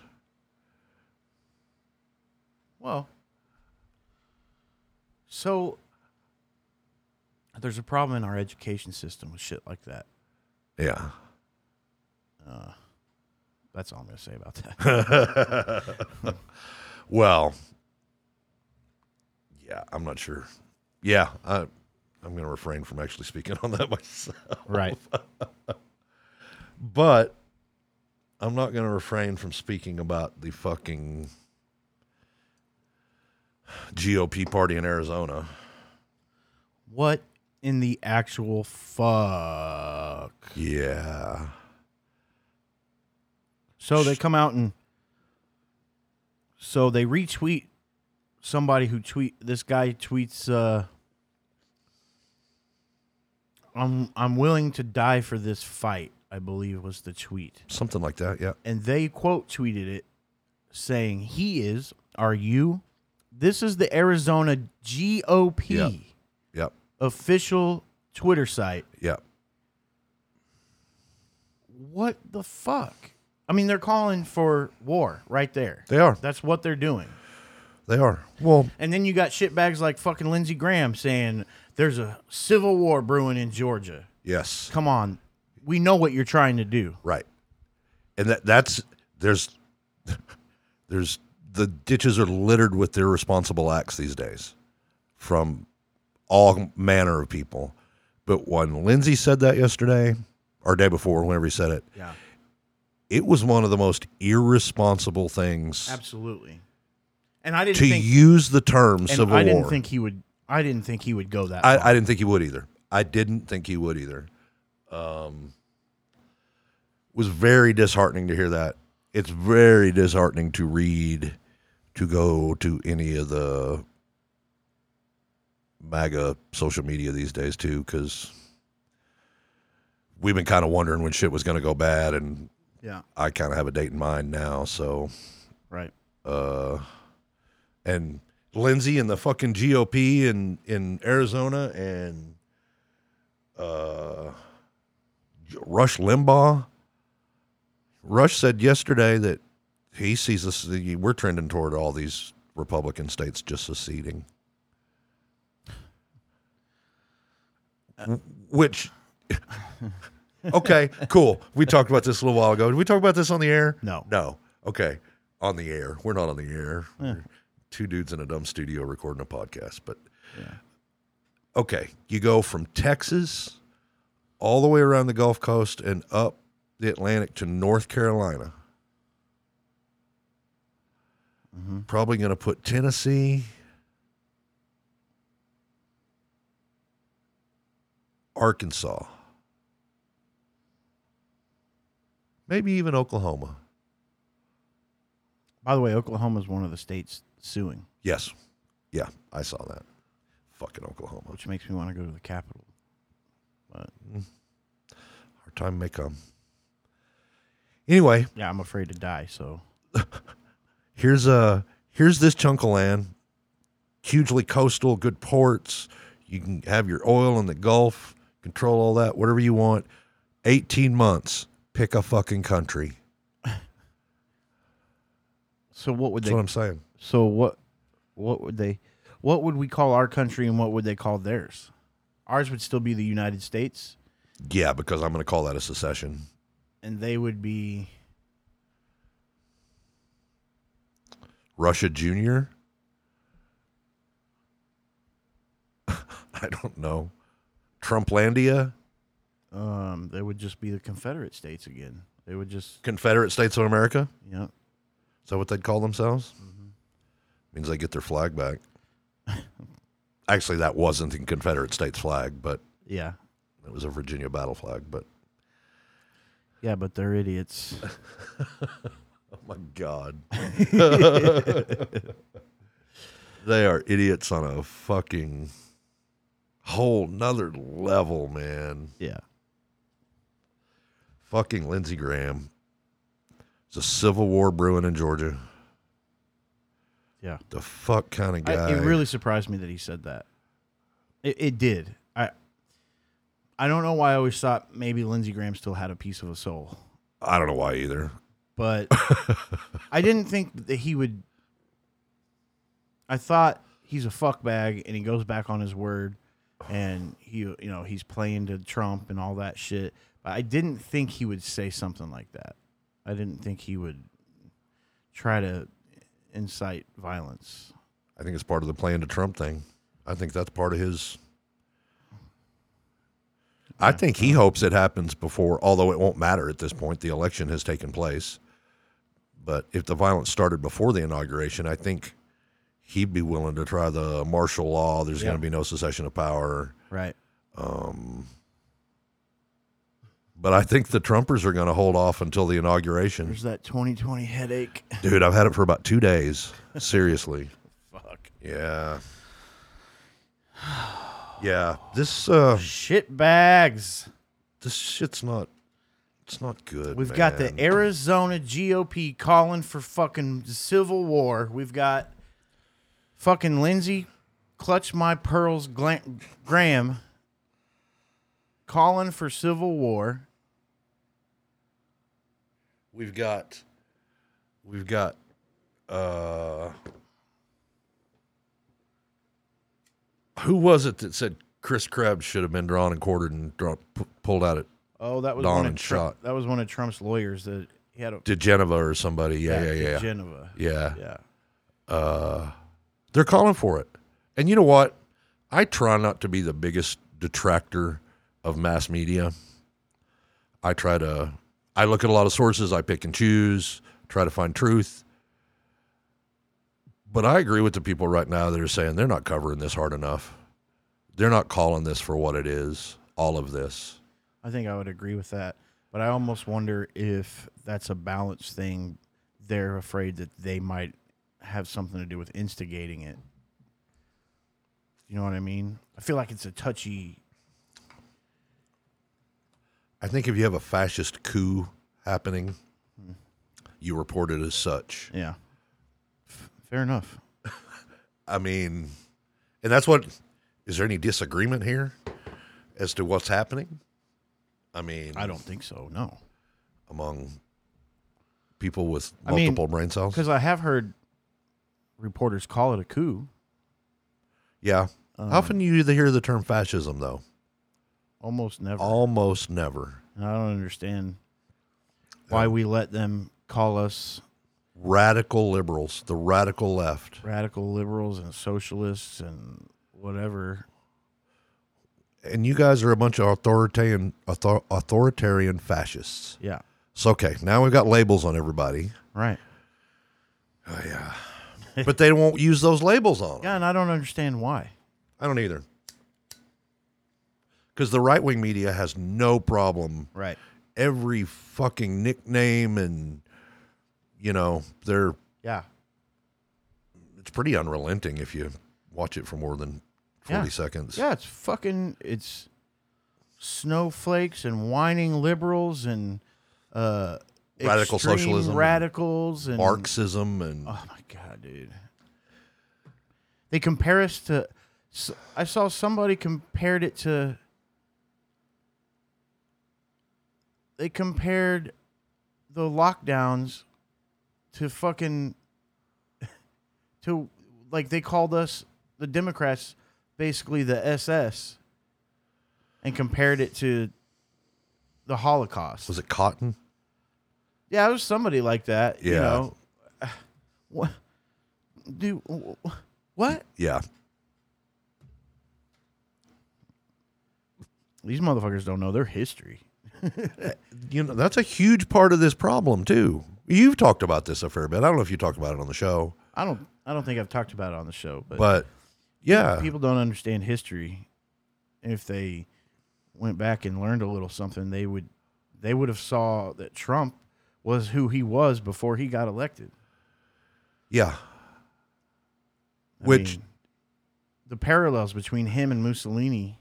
Well, so there's a problem in our education system with shit like that. Yeah. That's all I'm gonna say about that. Well, yeah, I'm not sure. Yeah, I, I'm going to refrain from actually speaking on that myself. right. But I'm not going to refrain from speaking about the fucking GOP party in Arizona. What in the actual fuck? Yeah. So they come out and so they retweet somebody who tweet this guy tweets uh I'm I'm willing to die for this fight, I believe was the tweet. Something like that. Yeah. and they quote tweeted it saying, He is, are you? This is the Arizona GOP Yeah. Yep. official Twitter site. Yep. What the fuck? I mean, they're calling for war right there. They are. That's what they're doing. They are. Well, And then you got shitbags like fucking Lindsey Graham saying there's a civil war brewing in Georgia. yes. Come on. We know what you're trying to do. Right. And that that's there's there's the ditches are littered with irresponsible acts these days from all manner of people. But when Lindsay said that yesterday or day before, whenever he said it, Yeah. it was one of the most irresponsible things Absolutely. And I didn't to think use the term and civil I didn't war. think he would I didn't think he would go that far. I, I didn't think he would either. I didn't think he would either. Um, was very disheartening to hear that. It's very disheartening to read, to go to any of the MAGA social media these days too, because we've been kind of wondering when shit was going to go bad, and Yeah. I kind of have a date in mind now. So Right. uh, and Lindsey and the fucking GOP in in Arizona and uh, Rush Limbaugh. Rush said yesterday that he sees us. We're trending toward all these Republican states just seceding, which. okay, cool. We talked about this a little while ago. Did we talk about this on the air? No. No. Okay. On the air. We're not on the air. We're two dudes in a dumb studio recording a podcast. But okay, you go from Texas all the way around the Gulf Coast and up the Atlantic to North Carolina. Probably going to put Tennessee, Arkansas, maybe even Oklahoma. By the way, Oklahoma's one of the states suing, Yes. Yeah, I saw that. Fucking Oklahoma. which makes me want to go to the Capitol. But Our time may come. Anyway, yeah, I'm afraid to die, so here's a here's this chunk of land, hugely coastal, good ports. You can have your oil in the Gulf, control all that, whatever you want. 18 months, pick a fucking country. so what would That's they? what I'm saying. so what? What would they? What would we call our country, and what would they call theirs? Ours would still be the United States, Yeah, because I'm going to call that a secession. and they would be Russia Jr. I don't know. Trumplandia, um they would just be the Confederate States again. They would just Confederate States of America. you know Is that what they'd call themselves? Means they get their flag back. Actually, that wasn't the Confederate States flag, but yeah it was a Virginia battle flag. But yeah, but they're idiots. oh my God. they are idiots on a fucking whole nother level, man. yeah, Fucking Lindsey Graham. There's a civil war brewing in Georgia. yeah. The fuck kind of guy. I, it really surprised me that he said that. It, it did. I I don't know why I always thought maybe Lindsey Graham still had a piece of a soul, I don't know why either. but I didn't think that he would. I thought he's a fuckbag and he goes back on his word, and he you know he's playing to Trump and all that shit. But I didn't think he would say something like that. I didn't think he would try to incite violence. I think it's part of the plan to Trump thing. I think that's part of his. I think he Uh-huh. hopes it happens before, although it won't matter at this point. The election has taken place. But if the violence started before the inauguration, I think he'd be willing to try the martial law. There's going Yeah. to be no secession of power. Right. But I think the Trumpers are going to hold off until the inauguration. There's that 2020 headache. Dude, I've had it for about two days. Seriously. Fuck. Yeah. Yeah. This. Uh, Shit bags. this shit's not it's not good We've got the man. Arizona GOP calling for fucking civil war. We've got fucking Lindsey clutch my pearls Gla- Graham calling for civil war. we've got we've got uh who was it that said chris krebs should have been drawn and quartered and drawn, p- pulled out at Oh, that was Don one of and Trump, shot. that was one of Trump's lawyers that he had a to geneva or somebody yeah yeah yeah yeah, Geneva. yeah. Yeah. they're calling for it and you know what i try not to be the biggest detractor of mass media i try to i look at a lot of sources i pick and choose try to find truth but i agree with the people right now that are saying they're not covering this hard enough they're not calling this for what it is all of this I think I would agree with that. But I almost wonder if that's a balance thing. They're afraid that they might have something to do with instigating it. You know what I mean? I feel like it's a touchy. i think if you have a fascist coup happening you report it as such Yeah. F- fair enough. I mean, and that's what is there any disagreement here as to what's happening? I mean, I don't think so. No, among people with I mean, multiple brain cells. because I have heard reporters call it a coup. Yeah. um, How often do you hear the term fascism though? Almost never. Almost never. and I don't understand why we let them call us Radical liberals, the radical left. radical liberals and socialists and whatever. And you guys are a bunch of authoritarian author, authoritarian fascists. Yeah. It's okay. Now we've got labels on everybody. Right. Oh yeah. but they won't use those labels on 'em. Yeah, and I don't understand why. I don't either. Because the right wing media has no problem. Right. Every fucking nickname and, you know, they're, Yeah. it's pretty unrelenting if you watch it for more than 40 Yeah. seconds. Yeah, it's fucking it's snowflakes and whining liberals and uh Radical extreme socialism. radicals and Marxism and, Oh my god, dude. They compare us to s- I saw somebody compared it to They compared the lockdowns to fucking to like they called us the Democrats basically the SS and compared it to the Holocaust. was it cotton? Yeah, it was somebody like that. You Yeah. know, what? Do wh- what? Yeah. These motherfuckers don't know their history. You know, that's a huge part of this problem, too. You've talked about this a fair bit. I don't know if you talked about it on the show, I don't. I don't think I've talked about it on the show, but, but uh, yeah. people don't understand history. If they went back and learned a little something, they would they would have saw that Trump was who he was before he got elected. Yeah. I Which mean, the parallels between him and Mussolini.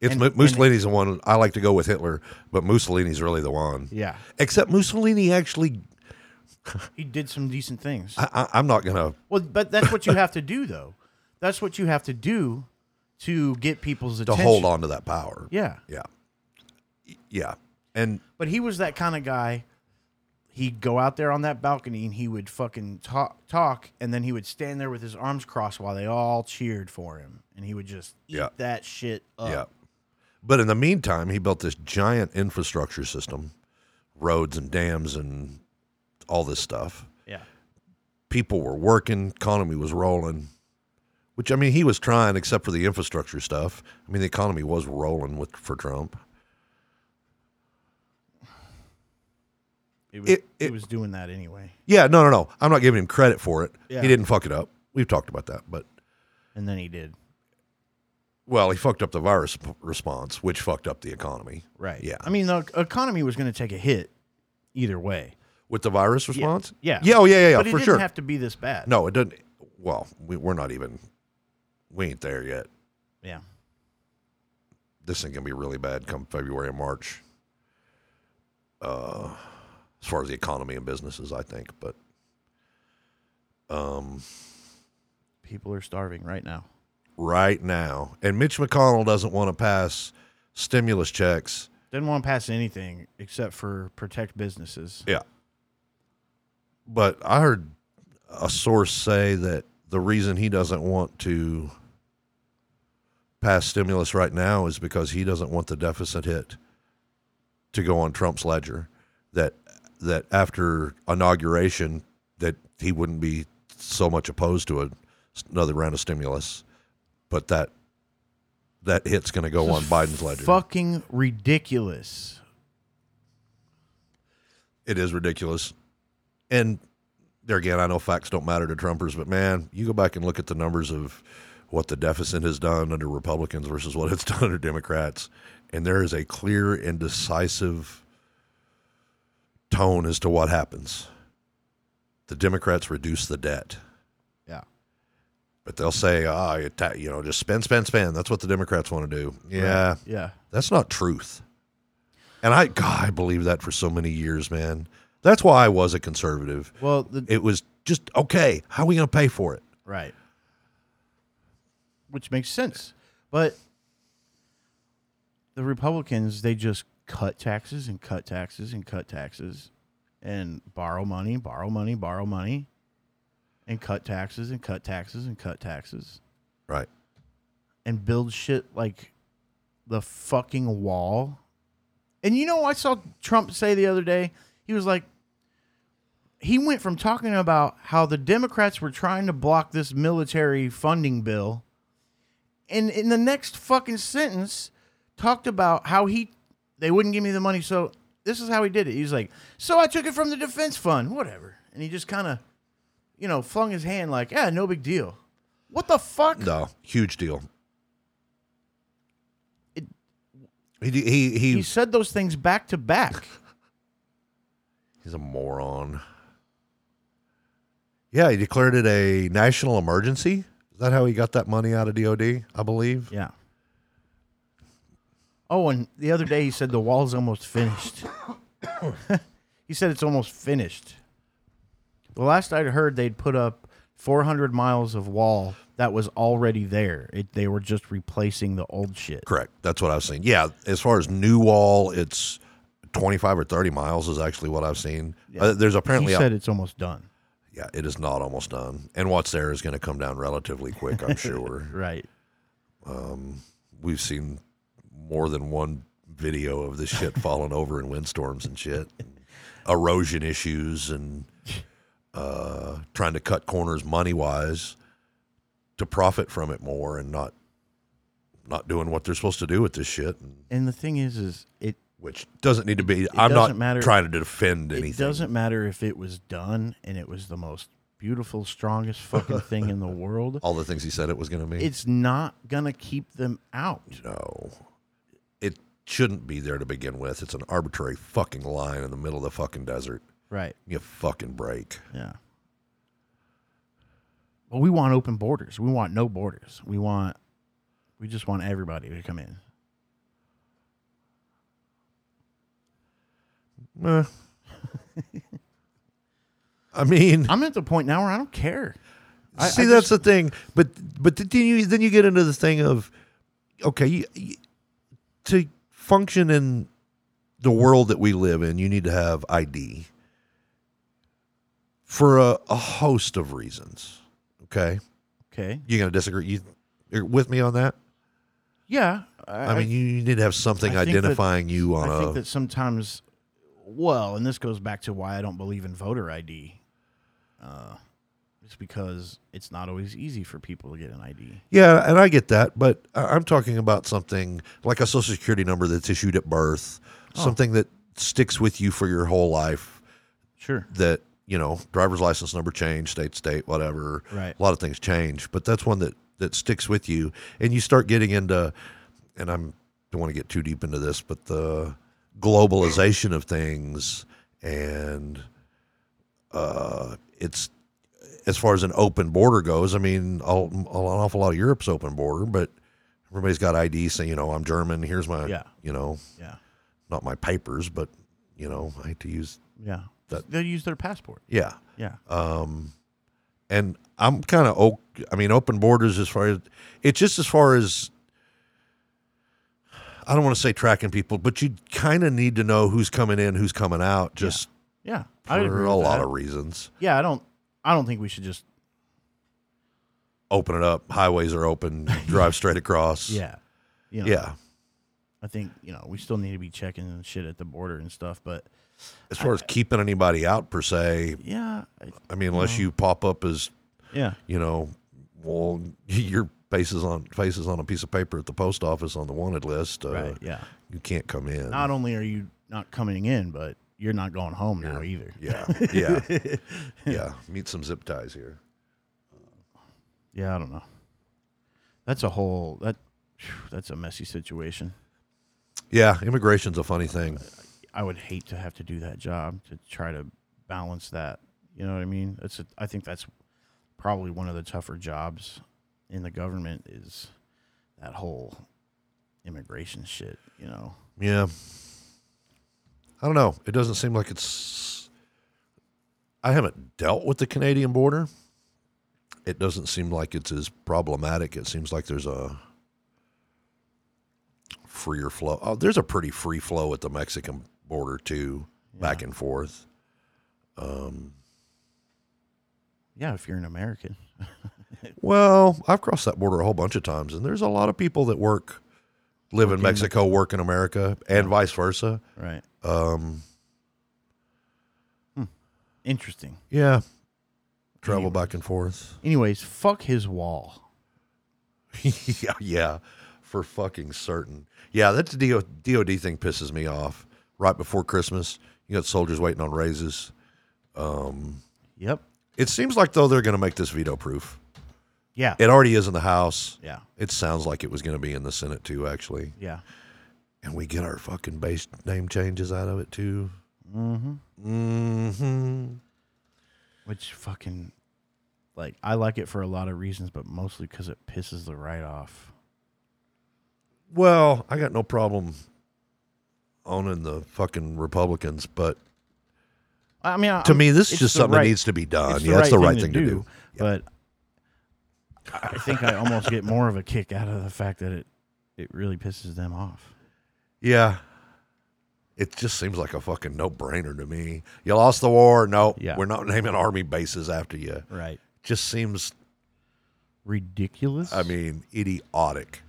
it's and- Mu- and- Mussolini's the one I like to go with Hitler, but Mussolini's really the one. Yeah, Except Mussolini actually, he did some decent things. I, I, I'm not gonna. Well, but that's what you have to do, though. That's what you have to do to get people's to attention. hold on to that power. Yeah. yeah, Y- yeah. And But he was that kind of guy. He'd go out there on that balcony and he would fucking talk, talk, and then he would stand there with his arms crossed while they all cheered for him, and he would just eat Yeah. that shit up. yeah, but in the meantime, he built this giant infrastructure system, roads and dams and all this stuff. Yeah. People were working, economy was rolling. Which I mean, he was trying, except for the infrastructure stuff. I mean, the economy was rolling with for Trump. It was, It- it, it- was doing that anyway. Yeah, no, no, no. I'm not giving him credit for it. Yeah. He didn't fuck it up. We've talked about that, but And then he did. well, he fucked up the virus p- response, which fucked up the economy. Right. Yeah. I mean, the e-, economy was going to take a hit either way. With the virus response? Yeah. Yeah. Oh, yeah, yeah, yeah, But it for didn't sure. have to be this bad. no, it doesn't. Well, we, we're not even. We ain't there yet. Yeah. This thing can be really bad come February and March. Uh, as far as the economy and businesses, I think, but um, People are starving right now. right now, and Mitch McConnell doesn't want to pass stimulus checks. Didn't want to pass anything except for protect businesses. Yeah. But I heard a source say that the reason he doesn't want to pass stimulus right now is because he doesn't want the deficit hit to go on Trump's ledger that that after inauguration that he wouldn't be so much opposed to a, another round of stimulus but that that hit's going to go on Biden's ledger. Fucking ridiculous. It is ridiculous. And there again, I know facts don't matter to Trumpers, but man, you go back and look at the numbers of what the deficit has done under Republicans versus what it's done under Democrats, and there is a clear and decisive tone as to what happens. The Democrats reduce the debt, Yeah. but they'll say, "Ah, you ta- you know, just spend, spend, spend." That's what the Democrats want to do. Yeah, Yeah. that's not truth. And I, God, I believe that for so many years, man. That's why I was a conservative. Well, the, It was just okay. How are we going to pay for it? right. which makes sense. But the Republicans, they just cut taxes and cut taxes and cut taxes and borrow money, borrow money, borrow money and cut taxes and cut taxes and cut taxes Right. and build shit like the fucking wall. And you know, I saw Trump say the other day, he was like, he went from talking about how the Democrats were trying to block this military funding bill, and in the next fucking sentence, talked about how he they wouldn't give me the money. So this is how he did it. He's like, so I took it from the defense fund, whatever, and he just kind of, you know, flung his hand like, yeah, no big deal. What the fuck? No, huge deal. It- he, he, he he said those things back to back. He's a moron. Yeah, he declared it a national emergency. Is that how he got that money out of DOD? I believe. Yeah. Oh, and the other day he said the wall's almost finished. he said it's almost finished. The last I'd heard, they'd put up 400 miles of wall that was already there. It, they were just replacing the old shit. Correct. That's what I've seen. Yeah, as far as new wall, it's twenty-five or thirty miles is actually what I've seen. Uh, there's He apparently, a- said it's almost done. yeah, it is not almost done, and what's there is going to come down relatively quick. I'm sure. Right. We've seen more than one video of this shit falling over in windstorms and shit, erosion issues, and uh, trying to cut corners money wise to profit from it more, and not not doing what they're supposed to do with this shit. And, And the thing is, is it which doesn't need to be. I'm not doesn't matter. trying to defend anything. It doesn't matter if it was done and it was the most beautiful, strongest fucking thing in the world. All the things he said it was going to be. It's not gonna keep them out. No. It shouldn't be there to begin with. It's an arbitrary fucking line in the middle of the fucking desert. Right. Give me a fucking break. Yeah. But we want open borders. We want no borders. We want we just want everybody to come in. Eh. I mean, I'm at the point now where I don't care. I- see, I that's the thing. But but then you then you get into the thing of okay, you, you, to function in the world that we live in, you need to have ID for a, a host of reasons. Okay, Okay. you're gonna disagree. You you're with me on that? Yeah. I, mean, you, you need to have something I think that- identifying you on I a think that sometimes well, and this goes back to why I don't believe in voter ID. Uh it's because it's not always easy for people to get an ID. Yeah, and I get that, but I- I'm talking about something like a social security number that's issued at birth, Oh. something that sticks with you for your whole life. Sure. That you know, driver's license number change, state, state, whatever. Right. A lot of things change, but that's one that that sticks with you, and you start getting into, and I'm don't want to get too deep into this, but the globalization of things and uh, it's as far as an open border goes, I mean, a, a- an awful lot of Europe's open border, but everybody's got ID saying, you know, I'm German. Here's my, Yeah. you know, Yeah. not my papers, but, you know, I hate to use, Yeah. That- They'll use their passport. yeah. Yeah. Um, and I'm kind of, o- I mean, open borders as far as, it's just as far as, I don't want to say tracking people, but you kind of need to know who's coming in, who's coming out, just Yeah. I for agree a with lot that. of reasons. Yeah, I don't I don't think we should just Open it up. Highways are open. Drive straight across. Yeah. You know, Yeah. I think, you know, we still need to be checking shit at the border and stuff, but As far as keeping anybody out per se, yeah. I, I mean, unless you pop up as yeah. you know, well, your faces on faces on a piece of paper at the post office on the wanted list, uh, Right. Yeah. you can't come in. Not only are you not coming in, but you're not going home now either. yeah, yeah, yeah. Meet some zip ties here. Yeah, I don't know. That's a whole that that's a messy situation. Yeah, immigration's a funny thing. I would hate to have to do that job to try to balance that. You know what I mean? It's a, I think that's probably one of the tougher jobs in the government is that whole immigration shit, you know. Yeah, I don't know. It doesn't seem like it's. I haven't dealt with the Canadian border, it doesn't seem like it's as problematic. It seems like there's a freer flow. Oh, there's a pretty free flow at the Mexican border too, back and forth. Yeah, if you're an American. Well, I've crossed that border a whole bunch of times, and there's a lot of people that work, live in Mexico, work in America, and vice versa. Right. Hmm. Um, Interesting. yeah, travel back and forth. Anyways, fuck his wall. yeah, yeah, for fucking certain. Yeah, that's the DO, DOD thing pisses me off. Right before Christmas, you got soldiers waiting on raises. Yep. It seems like though they're going to make this veto proof. Yeah. It already is in the House. yeah. It sounds like it was going to be in the Senate too, actually. Yeah. And we get our fucking base name changes out of it too. Mm-hmm. Mm-hmm. Which fucking like I like it for a lot of reasons, but mostly because it pisses the right off. Well, I got no problem owning the fucking Republicans, but I mean, I- to me, this is it's just the something right- that needs to be done. it's yeah, that's the right thing, to do. But I think I almost get more of a kick out of the fact that it it really pisses them off. Yeah. It just seems like a fucking no brainer to me. You lost the war. No, Yeah. we're not naming army bases after you. Right. Just seems, Ridiculous. I mean, idiotic.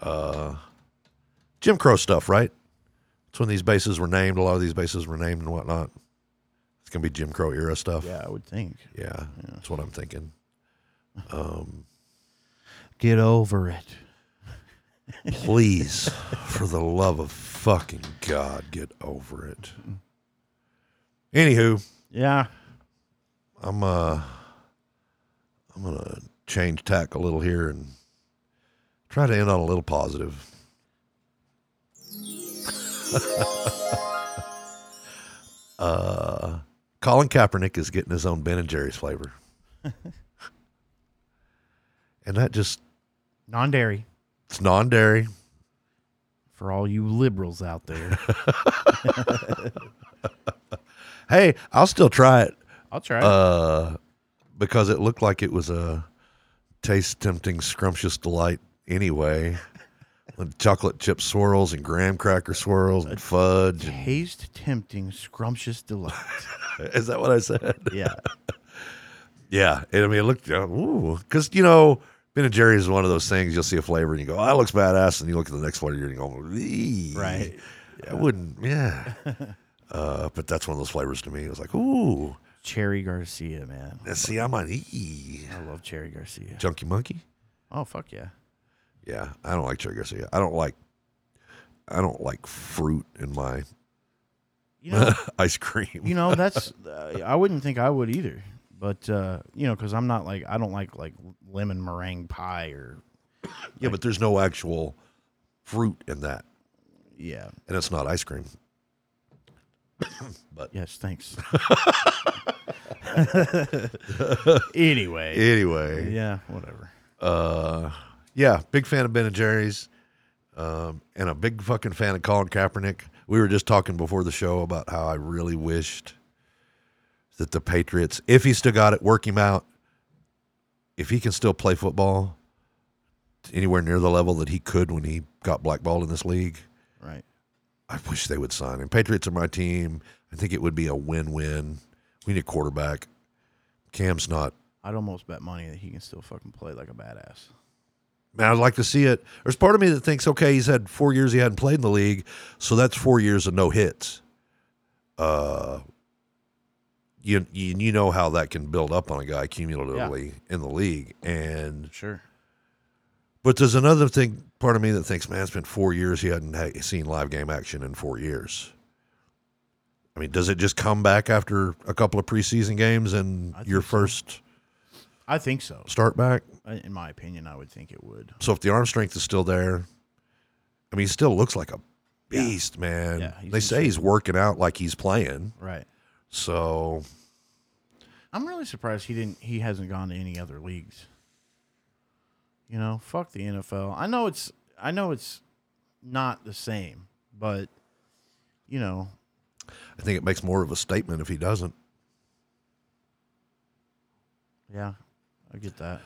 Uh, Jim Crow stuff, right? It's when these bases were named. A lot of these bases were named and whatnot. It's going to be Jim Crow era stuff. yeah, I would think. Yeah. That's what I'm thinking. Get over it. Please, for the love of fucking God, get over it. Anywho, Yeah. I'm uh I'm gonna change tack a little here and try to end on a little positive. uh Colin Kaepernick is getting his own Ben and Jerry's flavor. and that just Non dairy it's non dairy. for all you liberals out there. Hey, I'll still try it. I'll try. it. Uh because it looked like it was a taste tempting, scrumptious delight anyway. With chocolate chip swirls and graham cracker swirls and fudge. and- Taste tempting, scrumptious delight. Is that what I said? Yeah. Yeah. And, I mean, it looked, uh, ooh, because, you know, Ben and Jerry's is one of those things you'll see a flavor and you go, oh, that looks badass. And you look at the next flavor and you go, "Eee." Right. I wouldn't, yeah. uh, but that's one of those flavors to me. It was like, ooh, Cherry Garcia, man. see, I'm on E. I love Cherry Garcia. Junkie Monkey? Oh fuck yeah. Yeah, I don't like cherry Garcia. I don't like I don't like fruit in my You know, ice cream. you know that's uh, I wouldn't think I would either. But uh, you know, because I'm not like I don't like like lemon meringue pie or yeah, but there's no actual fruit in that, yeah. and it's not ice cream. but Yes, thanks. anyway, anyway, yeah, whatever. uh, yeah, big fan of Ben and Jerry's, um, and a big fucking fan of Colin Kaepernick. We were just talking before the show about how I really wished that the Patriots, if he still got it, work him out. If he can still play football anywhere near the level that he could when he got blackballed in this league, Right. I wish they would sign him. Patriots are my team. I think it would be a win-win. We need a quarterback. Cam's not I'd almost bet money that he can still fucking play like a badass. Man, I'd like to see it. There's part of me that thinks, okay, he's had four years he hadn't played in the league, so that's four years of no hits. Uh, you you, you know how that can build up on a guy cumulatively in the league, and Sure. but there's another thing, part of me that thinks, man, it's been four years he hadn't ha- seen live game action in four years. I mean, does it just come back after a couple of preseason games and think your so. first I think so. start back? I- In my opinion, I would think it would. So if the arm strength is still there, I mean, he still looks like a beast, man. Yeah, he's they say he's working out like he's playing. Right. So I'm really surprised he didn't. He hasn't gone to any other leagues. You know, fuck the NFL. I know it's. I know it's not the same, but you know, I think it makes more of a statement if he doesn't. yeah. I get that.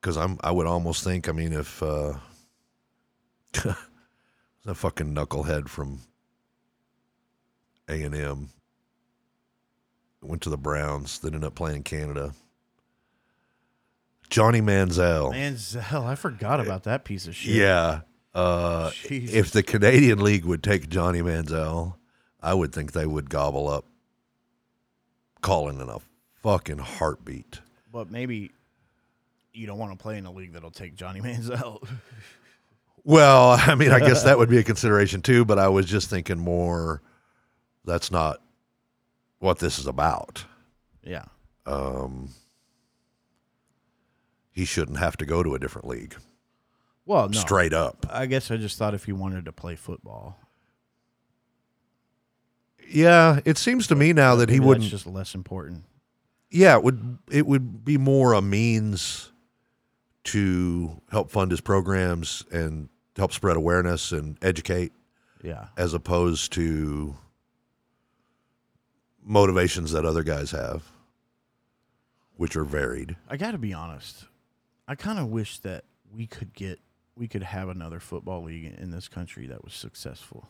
because I'm I would almost think I mean if uh that fucking knucklehead from A and M went to the Browns, then ended up playing Canada. Johnny Manziel, Manziel, I forgot about that piece of shit. yeah. Uh, Jesus. if the Canadian League would take Johnny Manziel, I would think they would gobble up calling in a fucking heartbeat. But maybe you don't want to play in a league that'll take Johnny Manziel. Well, I mean, I guess that would be a consideration too, but I was just thinking more that's not what this is about. yeah. Um, he shouldn't have to go to a different league. Well, no. Straight up. I guess I just thought if he wanted to play football, Yeah, it seems to me now that he maybe that's wouldn't just less important. Yeah, it would it would be more a means to help fund his programs and help spread awareness and educate Yeah. as opposed to motivations that other guys have, which are varied. I got to be honest. I kind of wish that we could get we could have another football league in this country that was successful.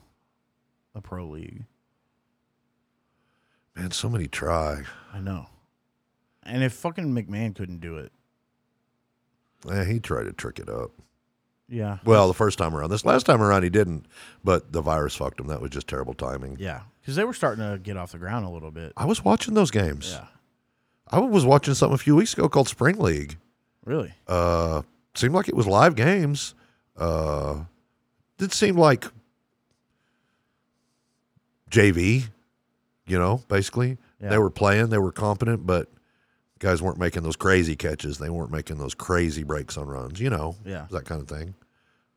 A pro league. Man, so many try. I know. And if fucking McMahon couldn't do it. Eh, he tried to trick it up. Yeah. Well, the first time around. This last time around, he didn't, but the virus fucked him. That was just terrible timing. Yeah. Cuz they were starting to get off the ground a little bit. I was watching those games. Yeah. I was watching something a few weeks ago called Spring League. Really? Uh, seemed like it was live games. Uh, did seem like JV, you know, basically. Yeah. They were playing, they were competent, but guys weren't making those crazy catches. They weren't making those crazy breaks on runs, you know, Yeah. that kind of thing.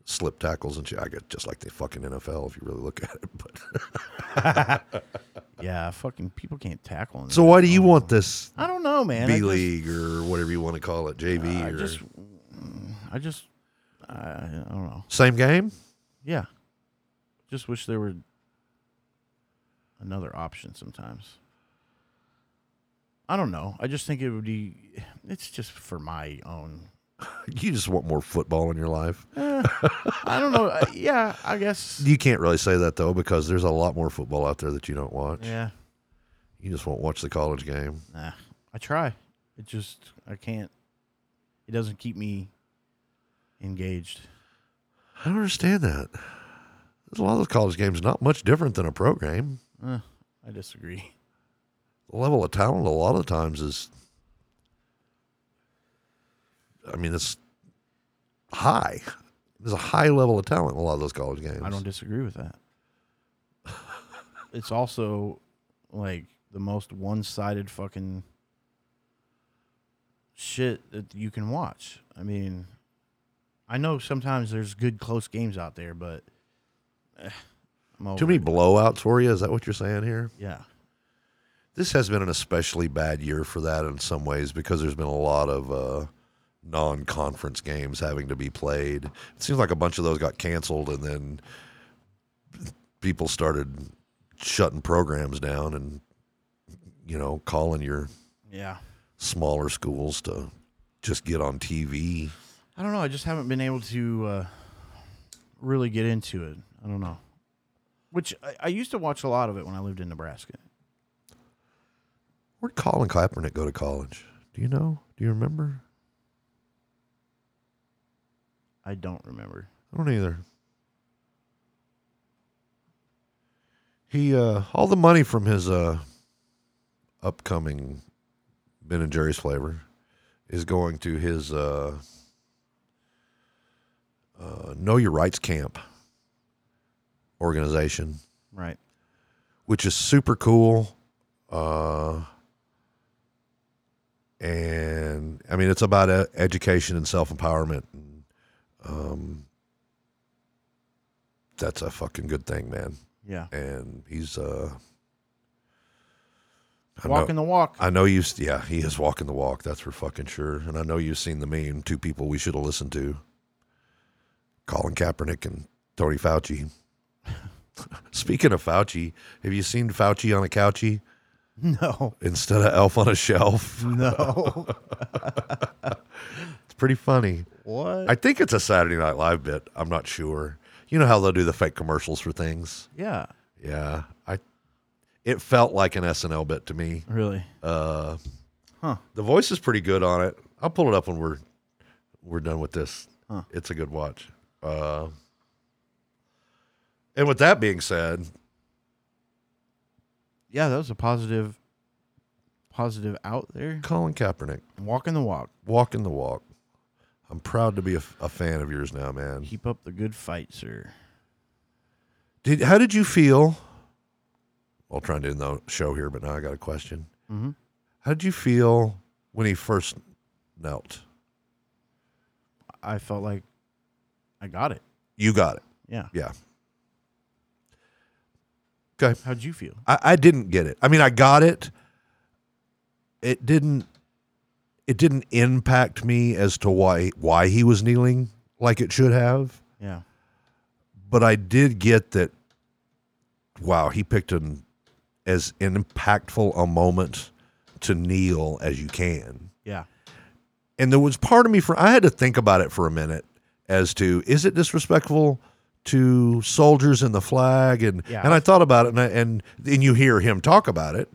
Slip tackles and shit. I get just like the fucking NFL if you really look at it. But Yeah, fucking people can't tackle. in so the why do you NFL. want this I don't know, man. I B just- league or whatever you want to call it, JV I or just, mm, I just, I, I don't know. same game? Yeah, just wish there were another option sometimes. I don't know. I just think it would be. It's just for my own. You just want more football in your life. I don't know. Uh, yeah, I guess. You can't really say that though, because there's a lot more football out there that you don't watch. Yeah. You just won't watch the college game. Nah. I try. It just I can't. It doesn't keep me engaged. I don't understand that. There's a lot of those college games not much different than a pro game. Uh, I disagree. The level of talent a lot of times is, I mean, it's high. There's a high level of talent in a lot of those college games. I don't disagree with that. it's also like the most one-sided fucking shit that you can watch. I mean, I know sometimes there's good close games out there, but eh, I'm over Too many it. blowouts for you? Is that what you're saying here? Yeah, This has been an especially bad year for that in some ways because there's been a lot of uh, non conference games having to be played. It seems like a bunch of those got canceled and then people started shutting programs down and, you know, calling your yeah. smaller schools to just get on TV. I don't know. I just haven't been able to uh, really get into it. I don't know. Which I, I used to watch a lot of it when I lived in Nebraska. Where'd Colin Kaepernick go to college? Do you know? Do you remember? I don't remember. I don't either. He uh all the money from his uh upcoming Ben and Jerry's flavor is going to his uh uh Know Your Rights Camp organization, Right. which is super cool. Uh and I mean it's about uh, education and self-empowerment and um that's a fucking good thing, man. Yeah. And he's uh I Walking know, the walk. I know you yeah, he is walking the walk, that's for fucking sure. And I know you've seen the meme, two people we should have listened to. Colin Kaepernick and Tony Fauci. Speaking of Fauci, have you seen Fauci on a couchie? No, instead of Elf on a Shelf. no. It's pretty funny. what? I think it's a Saturday Night Live bit. I'm not sure. You know how they'll do the fake commercials for things. yeah, Yeah, I. It felt like an SNL bit to me. really. Uh, Huh. The voice is pretty good on it. I'll pull it up when we're we're done with this. Huh. It's a good watch. Uh, and with that being said, Yeah, that was a positive, positive out there. Colin Kaepernick Walking the walk. walking the walk. I'm proud to be a, a fan of yours now, man. Keep up the good fight, sir. Did how did you feel? Well, trying to end the show here, but now I got a question. Mhm. How did you feel when he first knelt? I felt like I got it. You got it. Yeah. Yeah. Okay. How'd you feel? I, I didn't get it. I mean, I got it. It didn't. It didn't impact me as to why why he was kneeling like it should have. Yeah. But I did get that. Wow, he picked an as impactful a moment to kneel as you can. Yeah. And there was part of me for I had to think about it for a minute as to is it disrespectful to soldiers and the flag and Yeah. and I thought about it and I, and and you hear him talk about it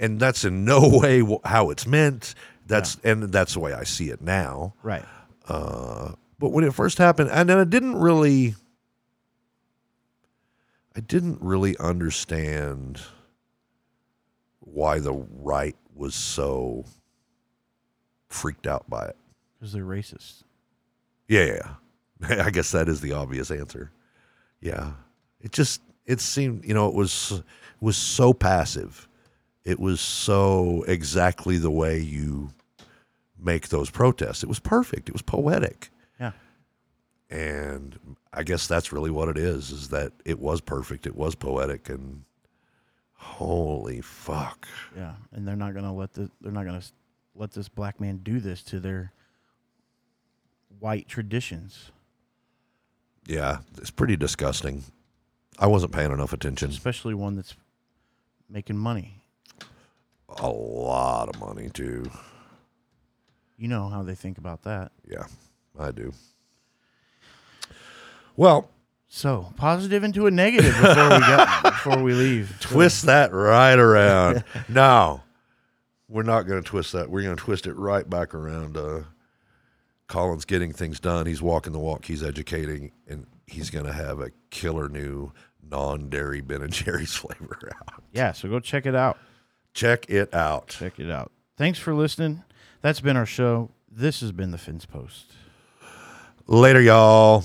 and that's in no way wh- how it's meant that's and that's the way I see it now Right. uh, but when it first happened, and then I didn't really, I didn't really understand why the right was so freaked out by it. Because they're racist. Yeah, yeah, yeah. I guess that is the obvious answer. Yeah, it just it seemed you know it was it was so passive. It was so exactly the way you make those protests. It was perfect. It was poetic. Yeah. and I guess that's really what it is: is that it was perfect, it was poetic, and holy fuck, Yeah. And they're not gonna let the they're not gonna s- let this black man do this to their white traditions, yeah, it's pretty disgusting. I wasn't paying enough attention. especially one that's making money. A lot of money too. You know how they think about that. Yeah, I do. Well, So positive into a negative before we got before we leave. twist that right around. no, we're not going to twist that. We're going to twist it right back around. Uh, Colin's getting things done. He's walking the walk. He's educating, and he's going to have a killer new non-dairy Ben and Jerry's flavor out. Yeah. So go check it out. Check it out. Check it out. Thanks for listening. That's been our show. This has been the Fins Post. Later, y'all.